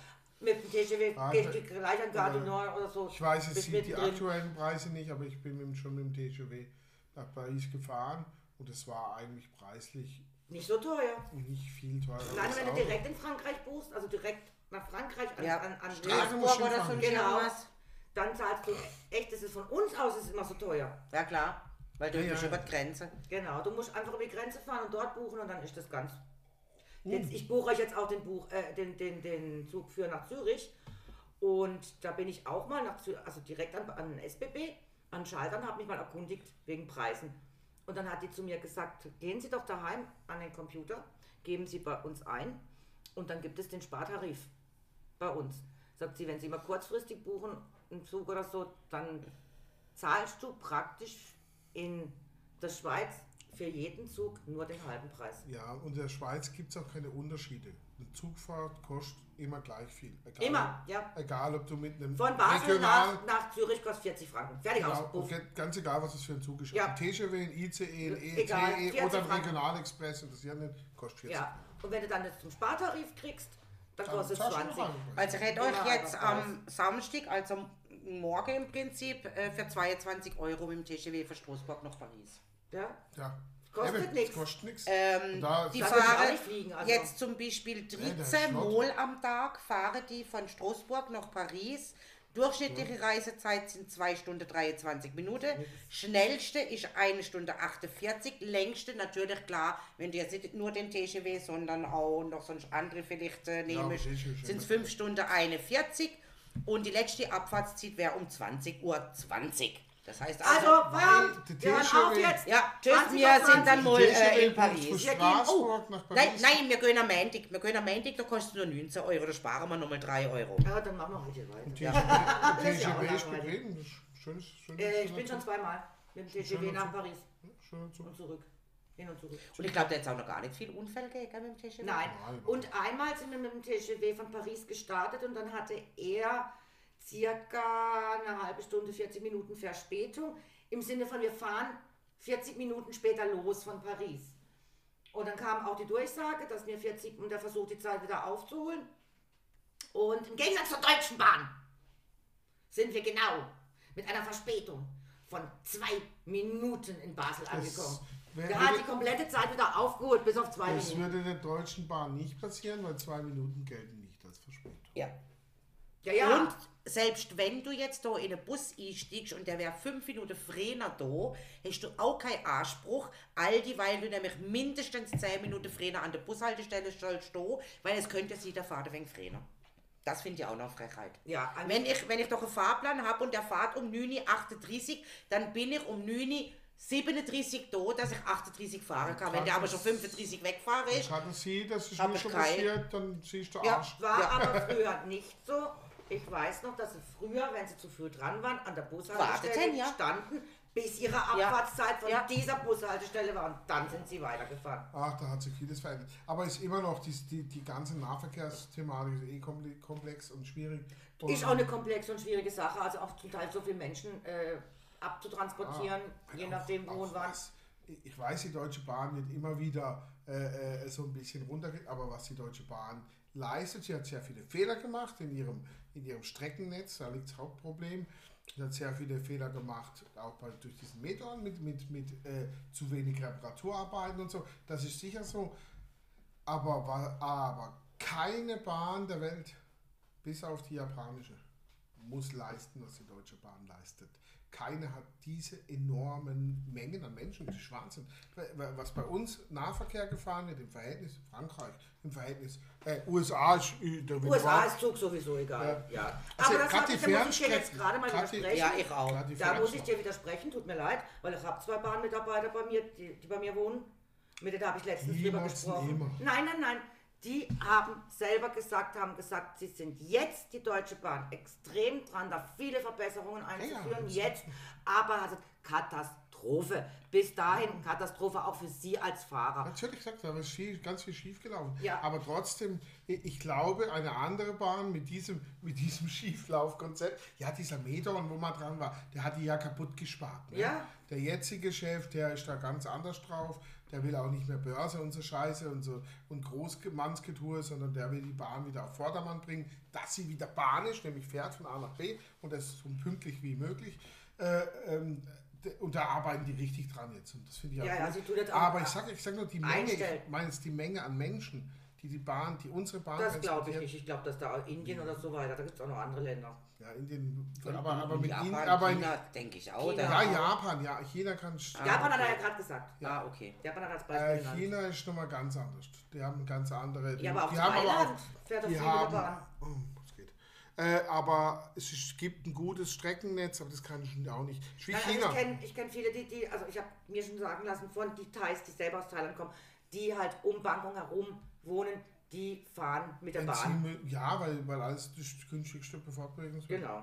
Speaker 3: Mit dem TGW
Speaker 2: Ah,
Speaker 3: gehst
Speaker 2: da-
Speaker 3: du gleich an Gare du Nord oder so.
Speaker 2: Ich weiß jetzt
Speaker 3: Äh, bist
Speaker 2: die, die
Speaker 3: mittendrin.
Speaker 2: aktuellen Preise nicht, aber ich bin mit, dem- schon mit dem TGW nach Paris gefahren und es war eigentlich preislich
Speaker 3: Nicht so teuer.
Speaker 2: nicht viel teurer.
Speaker 3: Nein,
Speaker 2: als
Speaker 3: wenn du
Speaker 2: Auto.
Speaker 3: direkt in Frankreich buchst, also direkt nach Frankreich an,
Speaker 1: Ja.
Speaker 3: an, an
Speaker 2: Straßen-
Speaker 1: Straßburg oder so
Speaker 2: Schimpfen.
Speaker 3: Genau.
Speaker 1: irgendwas.
Speaker 3: dann zahlst du echt, das ist von uns aus ist es immer so teuer.
Speaker 1: Ja, klar. Weil du
Speaker 2: Ja,
Speaker 1: bist
Speaker 2: ja.
Speaker 1: über die Grenze.
Speaker 3: Genau, du musst einfach über die Grenze fahren und dort buchen und dann ist das ganz. Jetzt, ich buche euch jetzt auch den, Buch, äh, den, den, den Zug für nach Zürich und da bin ich auch mal nach Zürich, also direkt an, an den SBB, an den Schaltern, habe mich mal erkundigt wegen Preisen. Und dann hat die zu mir gesagt, gehen Sie doch daheim an den Computer, geben Sie bei uns ein und dann gibt es den Spartarif bei uns. Sagt sie, wenn Sie mal kurzfristig buchen, einen Zug oder so, dann zahlst du praktisch in der Schweiz für jeden Zug nur den halben Preis.
Speaker 2: Ja, und in der Schweiz gibt es auch keine Unterschiede. Eine Zugfahrt kostet immer gleich viel. Egal,
Speaker 3: Immer, ja.
Speaker 2: Egal, ob du mit einem
Speaker 3: Von Basel
Speaker 2: regional-
Speaker 3: nach, nach Zürich kostet 40 Franken. Fertig
Speaker 2: Genau,
Speaker 3: aus. Buff.
Speaker 2: und ge- ganz egal, was es für ein Zug ist.
Speaker 3: Ja.
Speaker 2: Ein TGW, ein ICE, ein EET
Speaker 3: Egal, 40
Speaker 2: E, oder ein
Speaker 3: Franken.
Speaker 2: Regionalexpress, interessiert nicht, kostet 40.
Speaker 3: Ja. Und wenn du dann jetzt zum Spartarif kriegst, dann
Speaker 2: Dann
Speaker 3: kostet es
Speaker 2: zahlst du noch
Speaker 3: 20.
Speaker 2: einen Preis.
Speaker 1: Also hätte
Speaker 3: Ja,
Speaker 1: euch jetzt
Speaker 3: das
Speaker 1: am Samstag, also morgen im Prinzip, äh, für 22 Euro mit dem TGW von Straßburg nach Paris.
Speaker 3: Ja.
Speaker 2: Ja.
Speaker 3: Kostet
Speaker 2: Eben, es
Speaker 3: nichts.
Speaker 2: Kostet nichts.
Speaker 1: Ähm,
Speaker 2: Da-
Speaker 1: die
Speaker 3: Da würde ich auch
Speaker 1: fahren
Speaker 3: nicht fliegen, also.
Speaker 1: jetzt zum Beispiel
Speaker 2: der
Speaker 1: 13
Speaker 2: Schrott.
Speaker 1: Mal am Tag, fahren die von Straßburg nach Paris. Durchschnittliche Reisezeit sind 2 Stunden 23 Minuten. Schnellste ist 1 Stunde 48. Längste natürlich klar, wenn du jetzt nicht nur den TGW, sondern auch noch sonst andere vielleicht äh,
Speaker 2: aber
Speaker 1: nehmst,
Speaker 2: das ist ja schon
Speaker 1: sind es
Speaker 2: was.
Speaker 1: 5 Stunden 41. Und die letzte Abfahrtszeit wäre um 20.20 Uhr. Das heißt
Speaker 3: Also,
Speaker 1: also,
Speaker 2: die
Speaker 3: verdammt, wir hören auf
Speaker 2: T-Shirt-
Speaker 3: jetzt.
Speaker 1: ja, tschüss,
Speaker 3: 20
Speaker 1: wir sind dann
Speaker 2: Die
Speaker 1: mal
Speaker 2: TGW
Speaker 1: äh, in
Speaker 2: bucht
Speaker 1: Paris.
Speaker 2: Von
Speaker 3: Wir gehen- oh,
Speaker 2: Straßburg nach Paris.
Speaker 1: Nein, nein, wir gehen am Montag. Wir gehen am Montag, da kostet nur 19 Euro, da sparen wir nochmal 3 Euro.
Speaker 3: Ja, dann machen wir heute weiter.
Speaker 2: TGW, ja.
Speaker 3: Das ist ja auch
Speaker 2: TGW ist
Speaker 3: langweilig.
Speaker 2: bequem. das ist Schönes, schönes,
Speaker 3: Äh, ich bin schon
Speaker 2: schöner
Speaker 3: zweimal mit dem TGW
Speaker 2: Schön
Speaker 3: nach
Speaker 2: und
Speaker 3: Paris
Speaker 2: Zug. Schöner Zug.
Speaker 3: und zurück. Hin und zurück.
Speaker 1: Und ich glaube, da jetzt auch noch gar nicht viel Unfälle gegeben gell, mit dem TGW.
Speaker 3: Nein.
Speaker 2: Nein.
Speaker 3: Und einmal sind wir mit dem TGW von Paris gestartet und dann hatte er circa eine halbe Stunde, 40 Minuten Verspätung. Im Sinne von, wir fahren 40 Minuten später los von Paris. Und dann kam auch die Durchsage, dass mir 40 und er versucht, die Zeit wieder aufzuholen. Und im Gegensatz zur Deutschen Bahn sind wir genau mit einer Verspätung von zwei Minuten in Basel angekommen.
Speaker 2: wär-
Speaker 3: Der hat
Speaker 2: würde-
Speaker 3: die komplette Zeit wieder aufgeholt, bis auf zwei
Speaker 2: Das
Speaker 3: Minuten.
Speaker 2: würde der Deutschen Bahn nicht passieren, weil zwei Minuten gelten nicht als Verspätung.
Speaker 1: Ja.
Speaker 3: Ja, ja.
Speaker 1: Und selbst wenn du jetzt da in einen Bus einsteigst und der wäre fünf Minuten Frener da, hast du auch keinen Anspruch, all die, weil du nämlich mindestens zehn Minuten Frener an der Bushaltestelle sollst stehen, weil es könnte sie der Fahrt wegen Frener. Das finde ich auch noch Frechheit.
Speaker 3: Ja, an-
Speaker 1: wenn ich, wenn ich doch einen Fahrplan habe und der fährt um 9.38 Uhr, dann bin ich um 9.37 Uhr da, dass ich 38 fahren kann. Wenn der aber schon 35 wegfahren ist,
Speaker 2: Hatten sie, das ist
Speaker 1: Hab
Speaker 2: mir
Speaker 1: ich
Speaker 2: schon
Speaker 1: kein-
Speaker 2: passiert, dann siehst du
Speaker 1: Ja.
Speaker 2: Arsch.
Speaker 3: War
Speaker 1: Ja.
Speaker 3: aber früher nicht so. Ich weiß noch, dass sie früher, wenn sie zu früh dran waren, an der Bushaltestelle
Speaker 1: Warteten, ja.
Speaker 3: standen, bis ihre Abfahrtszeit von
Speaker 1: Ja.
Speaker 3: dieser Bushaltestelle war und dann sind sie weitergefahren.
Speaker 2: Ach, da hat sich vieles verändert. Aber ist immer noch die, die, die ganze Nahverkehrsthematik ist eh komple- komplex und schwierig.
Speaker 1: Oh.
Speaker 2: Und
Speaker 3: Ist auch eine komplexe und schwierige Sache, also auch zum Teil so viele Menschen äh, abzutransportieren,
Speaker 1: Ah.
Speaker 3: je
Speaker 2: auch-
Speaker 3: nachdem wo
Speaker 2: auch
Speaker 3: und wann.
Speaker 2: was- Ich ich weiß, die Deutsche Bahn wird immer wieder äh, äh, so ein bisschen runtergeht, aber was die Deutsche Bahn leistet, sie hat sehr viele Fehler gemacht in ihrem, in ihrem Streckennetz, da liegt das Hauptproblem. Sie hat sehr viele Fehler gemacht, auch bei, durch diesen Metron mit, mit, mit äh, zu wenig Reparaturarbeiten und so. Das ist sicher so. Aber, war, aber keine Bahn der Welt, bis auf die japanische, muss leisten, was die Deutsche Bahn leistet. Keine hat diese enormen Mengen an Menschen, das ist Wahnsinn. Was bei uns Nahverkehr gefahren wird, im Verhältnis Frankreich, im Verhältnis äh, USA, ist, äh, der
Speaker 3: USA ist Zug sowieso egal. Ja.
Speaker 2: Also,
Speaker 3: aber das
Speaker 2: grad
Speaker 3: hab
Speaker 2: die
Speaker 3: ich, da muss ich dir
Speaker 2: Fernstrecken,
Speaker 3: jetzt gerade mal
Speaker 2: grad die-
Speaker 3: widersprechen.
Speaker 1: ja, ich auch.
Speaker 2: die
Speaker 3: Da muss
Speaker 2: Fernstrecken.
Speaker 3: ich dir widersprechen, tut mir leid, weil ich habe zwei Bahnmitarbeiter bei mir, die, die bei mir wohnen. Mit denen habe ich letztens
Speaker 2: Die
Speaker 3: drüber
Speaker 2: motzen
Speaker 3: gesprochen.
Speaker 2: immer.
Speaker 3: Nein, nein, nein. Die haben selber gesagt, haben gesagt, sie sind jetzt die Deutsche Bahn extrem dran, da viele Verbesserungen einzuführen.
Speaker 2: Ja, ja.
Speaker 3: jetzt, aber also Katastrophe. Bis dahin Katastrophe auch für Sie als Fahrer.
Speaker 2: Natürlich gesagt, da ist viel, ganz viel schiefgelaufen.
Speaker 3: Ja.
Speaker 2: Aber trotzdem, ich ich glaube, eine andere Bahn mit diesem, mit diesem Schieflaufkonzept, ja, dieser Meteron, wo man dran war, der hat die ja kaputt gespart. Ne?
Speaker 3: Ja.
Speaker 2: Der jetzige Chef, der ist da ganz anders drauf. Der will auch nicht mehr Börse und so Scheiße und so und Großmannsgetue, sondern der will die Bahn wieder auf Vordermann bringen, dass sie wieder Bahn ist, nämlich fährt von A nach B und das so pünktlich wie möglich. Äh, ähm, d- und da arbeiten die richtig dran jetzt und das finde ich
Speaker 3: Ja,
Speaker 2: auch
Speaker 3: ja,
Speaker 2: gut.
Speaker 3: sie tut jetzt auch-
Speaker 2: Aber ich sage ich sag nur, die Menge,
Speaker 3: Einstellen.
Speaker 2: ich meine jetzt die Menge an Menschen, die die Bahn, die unsere Bahn
Speaker 3: Das glaube ich
Speaker 2: transportiert.
Speaker 3: nicht. Ich glaube, dass da auch Indien oder so weiter, da gibt es auch noch andere Länder.
Speaker 2: Ja, in den, aber, aber mit
Speaker 1: Japan,
Speaker 2: ihnen, aber in,
Speaker 1: China, denke ich auch.
Speaker 3: China.
Speaker 1: da-
Speaker 2: ja, Japan, ja, China kann
Speaker 3: Japan hat
Speaker 1: Ah, okay.
Speaker 3: er ja gerade gesagt.
Speaker 1: Ah, okay.
Speaker 3: Japan hat er als Beispiel
Speaker 2: Äh,
Speaker 3: genannt.
Speaker 2: China ist nochmal ganz anders. Die haben ganz andere.
Speaker 3: Ja, aber auch
Speaker 2: die haben
Speaker 3: Thailand fährt doch
Speaker 2: die
Speaker 3: viel
Speaker 2: haben,
Speaker 3: Bahn.
Speaker 2: Oh, es geht. Äh, aber es ist, gibt ein gutes Streckennetz, aber das kann ich auch nicht. Ist wie
Speaker 3: Nein,
Speaker 2: China.
Speaker 3: Also ich kenne ich kenn viele, die, die also ich habe mir schon sagen lassen von die Thais, die selber aus Thailand kommen, die halt um Bangkong herum wohnen, die fahren mit der
Speaker 2: Wenn
Speaker 3: Bahn.
Speaker 2: Sie mü- ja, weil, weil alles das günstigste Fortbewegungsmittel.
Speaker 3: Genau.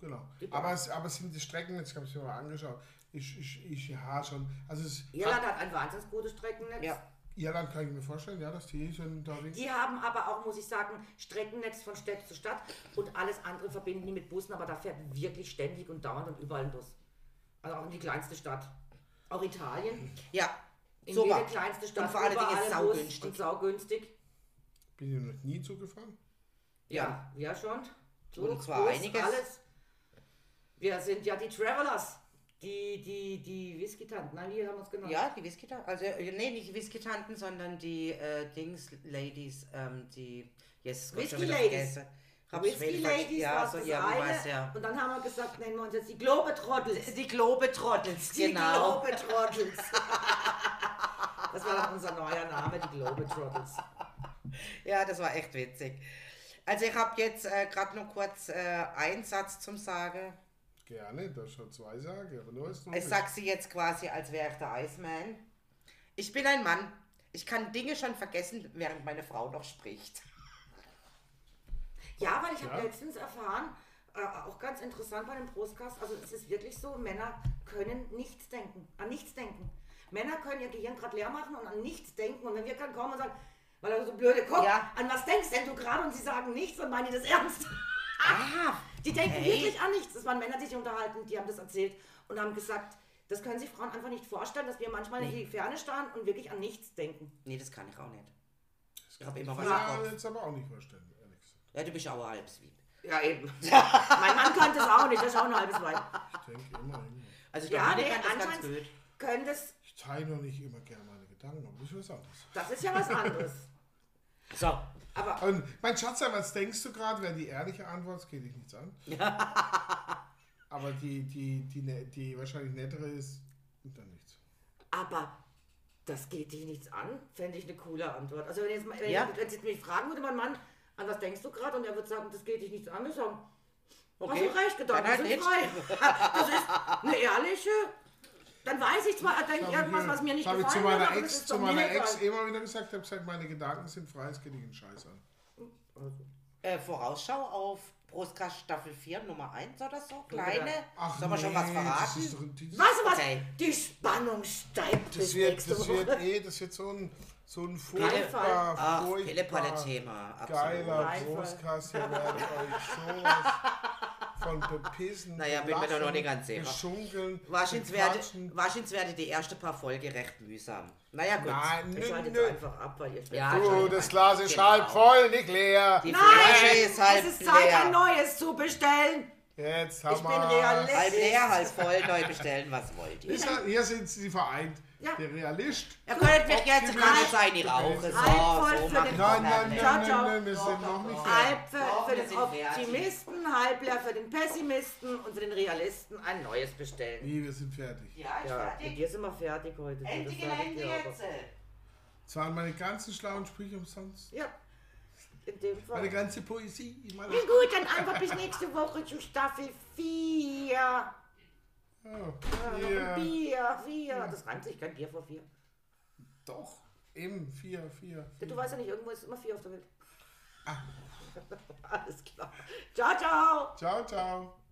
Speaker 2: genau.
Speaker 3: Die Bahn.
Speaker 2: Aber, es, aber es sind die Streckennetz, ich habe es mir mal angeschaut. Ich, ich, ich ja schon. Also es,
Speaker 3: Irland hat ein wahnsinnig gutes Streckennetz.
Speaker 1: Ah. Ja.
Speaker 2: Irland kann ich mir vorstellen, ja, dass die schon da
Speaker 3: Die haben aber auch, muss ich sagen, Streckennetz von Stadt zu Stadt und alles andere verbinden die mit Bussen, aber da fährt wirklich ständig und dauernd und überall ein Bus. Also auch in die kleinste Stadt. Auch Italien.
Speaker 1: Ja,
Speaker 3: In
Speaker 1: so
Speaker 3: jede
Speaker 1: war.
Speaker 3: kleinste Stadt.
Speaker 1: Und vor allen Dingen
Speaker 3: überall
Speaker 1: ist
Speaker 3: ein Bus
Speaker 1: saugünstig.
Speaker 3: Und saugünstig.
Speaker 2: Bin ich noch nie zugefahren?
Speaker 1: Ja.
Speaker 3: Ja, ja schon.
Speaker 1: Und zwar einiges.
Speaker 3: Alles. Wir sind ja die Travelers. Die, die, die Whisky-Tanten. Nein, die haben wir uns genannt.
Speaker 1: Ja, die Whisky-Tanten. Also, äh, nee, nicht die Whisky-Tanten, sondern die äh, Dings-Ladies, ähm, die. Yes, Gott, schon wieder
Speaker 3: Whisky-Ladies.
Speaker 1: vergessen. Hab's schon wieder vergessen.
Speaker 3: Whisky-Ladies
Speaker 1: Ja,
Speaker 3: war
Speaker 1: so
Speaker 3: das
Speaker 1: irgendwas,
Speaker 3: eine.
Speaker 1: ja.
Speaker 3: Und dann haben wir gesagt, nennen wir uns jetzt die Globetrottels.
Speaker 1: Die Globetrottels,
Speaker 3: Die
Speaker 1: genau.
Speaker 3: Globetrottels. Das war dann unser neuer Name, die Globetrottels.
Speaker 1: Ja, das war echt witzig. Also, ich habe jetzt äh, gerade nur kurz äh, einen Satz zum Sagen.
Speaker 2: Gerne, da schon zwei Sage, aber nur ist
Speaker 1: Ich sag sie jetzt quasi, als wäre ich der Iceman. Ich bin ein Mann. Ich kann Dinge schon vergessen, während meine Frau noch spricht.
Speaker 3: Ja, weil ich
Speaker 2: Ja.
Speaker 3: habe letztens erfahren, äh, auch ganz interessant bei dem Brustkast, also es ist wirklich so, Männer können nichts denken, an nichts denken. Männer können ihr Gehirn gerade leer machen und an nichts denken. Und wenn wir gerade kommen und sagen, weil er so blöde guckt,
Speaker 1: Ja.
Speaker 3: an was denkst denn du gerade? Und sie sagen nichts und meinen die das ernst.
Speaker 1: Ah,
Speaker 3: Die denken
Speaker 1: Hey.
Speaker 3: wirklich an nichts. Das waren Männer, die sich unterhalten, die haben das erzählt und haben gesagt, das können sich Frauen einfach nicht vorstellen, dass wir manchmal in die Ferne starren und wirklich an nichts denken.
Speaker 1: nee, das kann ich auch nicht. Ich habe immer was im
Speaker 2: Ja,
Speaker 1: Kopf.
Speaker 2: jetzt aber auch nicht verstanden, ehrlich gesagt.
Speaker 1: Ja, du bist auch ein halbes Wieb.
Speaker 3: Ja, eben. mein Mann kann das auch nicht, das ist auch ein halbes Weib.
Speaker 2: Ich denke immer, immer.
Speaker 1: Also,
Speaker 3: Ja,
Speaker 1: Dominik
Speaker 3: nee,
Speaker 1: kann das ganz
Speaker 3: anscheinend
Speaker 1: gut.
Speaker 3: können das
Speaker 2: Ich teile noch nicht immer gerne meine Gedanken, aber das ist was anderes.
Speaker 3: Das ist ja was anderes.
Speaker 1: So.
Speaker 3: Aber
Speaker 2: Und mein Schatz, was denkst du gerade, wäre die ehrliche Antwort, das geht dich nichts an. Aber die, die, die, ne- die wahrscheinlich nettere ist, und dann nichts.
Speaker 3: Aber das geht dich nichts an, fände ich eine coole Antwort. Also wenn jetzt mal- wenn,
Speaker 1: Ja.
Speaker 3: ich, wenn jetzt mich fragen würde, mein Mann, an was denkst du gerade? Und er würde sagen, das geht dich nichts an, das haben
Speaker 1: Okay.
Speaker 3: hast du recht gedacht,
Speaker 1: Dann halt
Speaker 3: wir sind frei. Das ist eine ehrliche. Dann weiß ich zwar, er denkt irgendwas, was mir nicht
Speaker 2: habe ich zu
Speaker 3: gefallen
Speaker 2: meiner
Speaker 3: aber das
Speaker 2: Ex,
Speaker 3: ist
Speaker 2: zu
Speaker 3: doch
Speaker 2: meiner
Speaker 3: mir egal.
Speaker 2: Ex immer wieder gesagt, habe gesagt, meine Gedanken sind frei, es geht dich einen Scheiß an.
Speaker 1: Äh, Vorausschau auf Brustkast Staffel 4, Nummer 1 oder so. Kleine.
Speaker 2: Ach,
Speaker 1: Sollen wir schon was
Speaker 2: nee, Das, ist
Speaker 1: verraten?
Speaker 2: doch, dieses-
Speaker 3: Weißt du was?
Speaker 1: Okay.
Speaker 3: Die Spannung steigt
Speaker 2: das
Speaker 3: bis
Speaker 2: wird,
Speaker 3: nächste
Speaker 2: das
Speaker 3: Woche.
Speaker 2: wird, eh, das wird so ein, so ein
Speaker 3: Reinfall.
Speaker 2: furchtbar,
Speaker 1: Ach,
Speaker 2: furchtbar
Speaker 1: Pillepalle-Thema. absolut.
Speaker 2: geiler
Speaker 3: Reinfall.
Speaker 2: Großkast. Ihr werdet euch sowas von bepissen.
Speaker 1: Naja, bin mir doch noch nicht ganz sicher.
Speaker 2: Schunkeln,
Speaker 1: Wahrscheinlich werde, wahrscheinlich werde die erste paar Folge recht mühsam. Naja, gut.
Speaker 2: Nein,
Speaker 3: Ich
Speaker 2: nö,
Speaker 3: schalte
Speaker 2: nö.
Speaker 3: jetzt einfach ab, weil ihr
Speaker 1: Ja,
Speaker 2: Oh, das Glas ist
Speaker 1: Ah, Genau.
Speaker 2: halb voll, nicht leer.
Speaker 1: Die
Speaker 3: Nein!
Speaker 1: Flasche ist halb
Speaker 3: es ist Zeit,
Speaker 1: leer.
Speaker 3: ein neues zu bestellen.
Speaker 2: Jetzt
Speaker 3: Ich
Speaker 2: haben
Speaker 3: bin
Speaker 2: wir.
Speaker 3: Realist.
Speaker 1: Halb leer, halb voll, neu bestellen, was wollt ihr?
Speaker 2: Hier sind sie vereint.
Speaker 3: Ja.
Speaker 2: Der Realist.
Speaker 1: Ihr könnt mich jetzt gerade sein, die Rauche. So,
Speaker 3: Halb voll
Speaker 1: so
Speaker 3: für
Speaker 1: macht
Speaker 3: den
Speaker 1: man das
Speaker 2: Nein, nein,
Speaker 1: nicht.
Speaker 2: nein,
Speaker 3: Ciao,
Speaker 2: nein,
Speaker 3: ciao.
Speaker 2: nein, wir sind noch nicht fertig.
Speaker 3: Halb für,
Speaker 1: Doch,
Speaker 3: für
Speaker 1: wir
Speaker 3: den
Speaker 1: sind fertig.
Speaker 3: Optimisten, halb leer für den Pessimisten und für den Realisten ein neues bestellen.
Speaker 2: Nee, wir sind fertig.
Speaker 1: Ja, ich
Speaker 3: Ja, mit
Speaker 1: fertig.
Speaker 3: dir sind wir fertig heute. du, das
Speaker 1: Endlich
Speaker 3: sag ich
Speaker 1: Ende
Speaker 3: dir aber.
Speaker 1: jetzt.
Speaker 2: Das waren meine ganzen schlauen Sprüche umsonst.
Speaker 3: Ja, in dem
Speaker 2: Meine
Speaker 3: Fall.
Speaker 2: ganze Poesie. Ich meine,
Speaker 3: Gut, dann einfach bis nächste Woche zu Staffel 4.
Speaker 2: oh,
Speaker 3: Yeah.
Speaker 2: yeah.
Speaker 3: Bier, Bier. Das reimt sich kein Bier vor 4.
Speaker 2: Doch, eben vier, vier.
Speaker 3: Du weißt ja nicht, irgendwo ist immer 4 auf der Welt.
Speaker 2: Ah.
Speaker 3: Alles klar. Ciao, ciao.
Speaker 2: Ciao, ciao.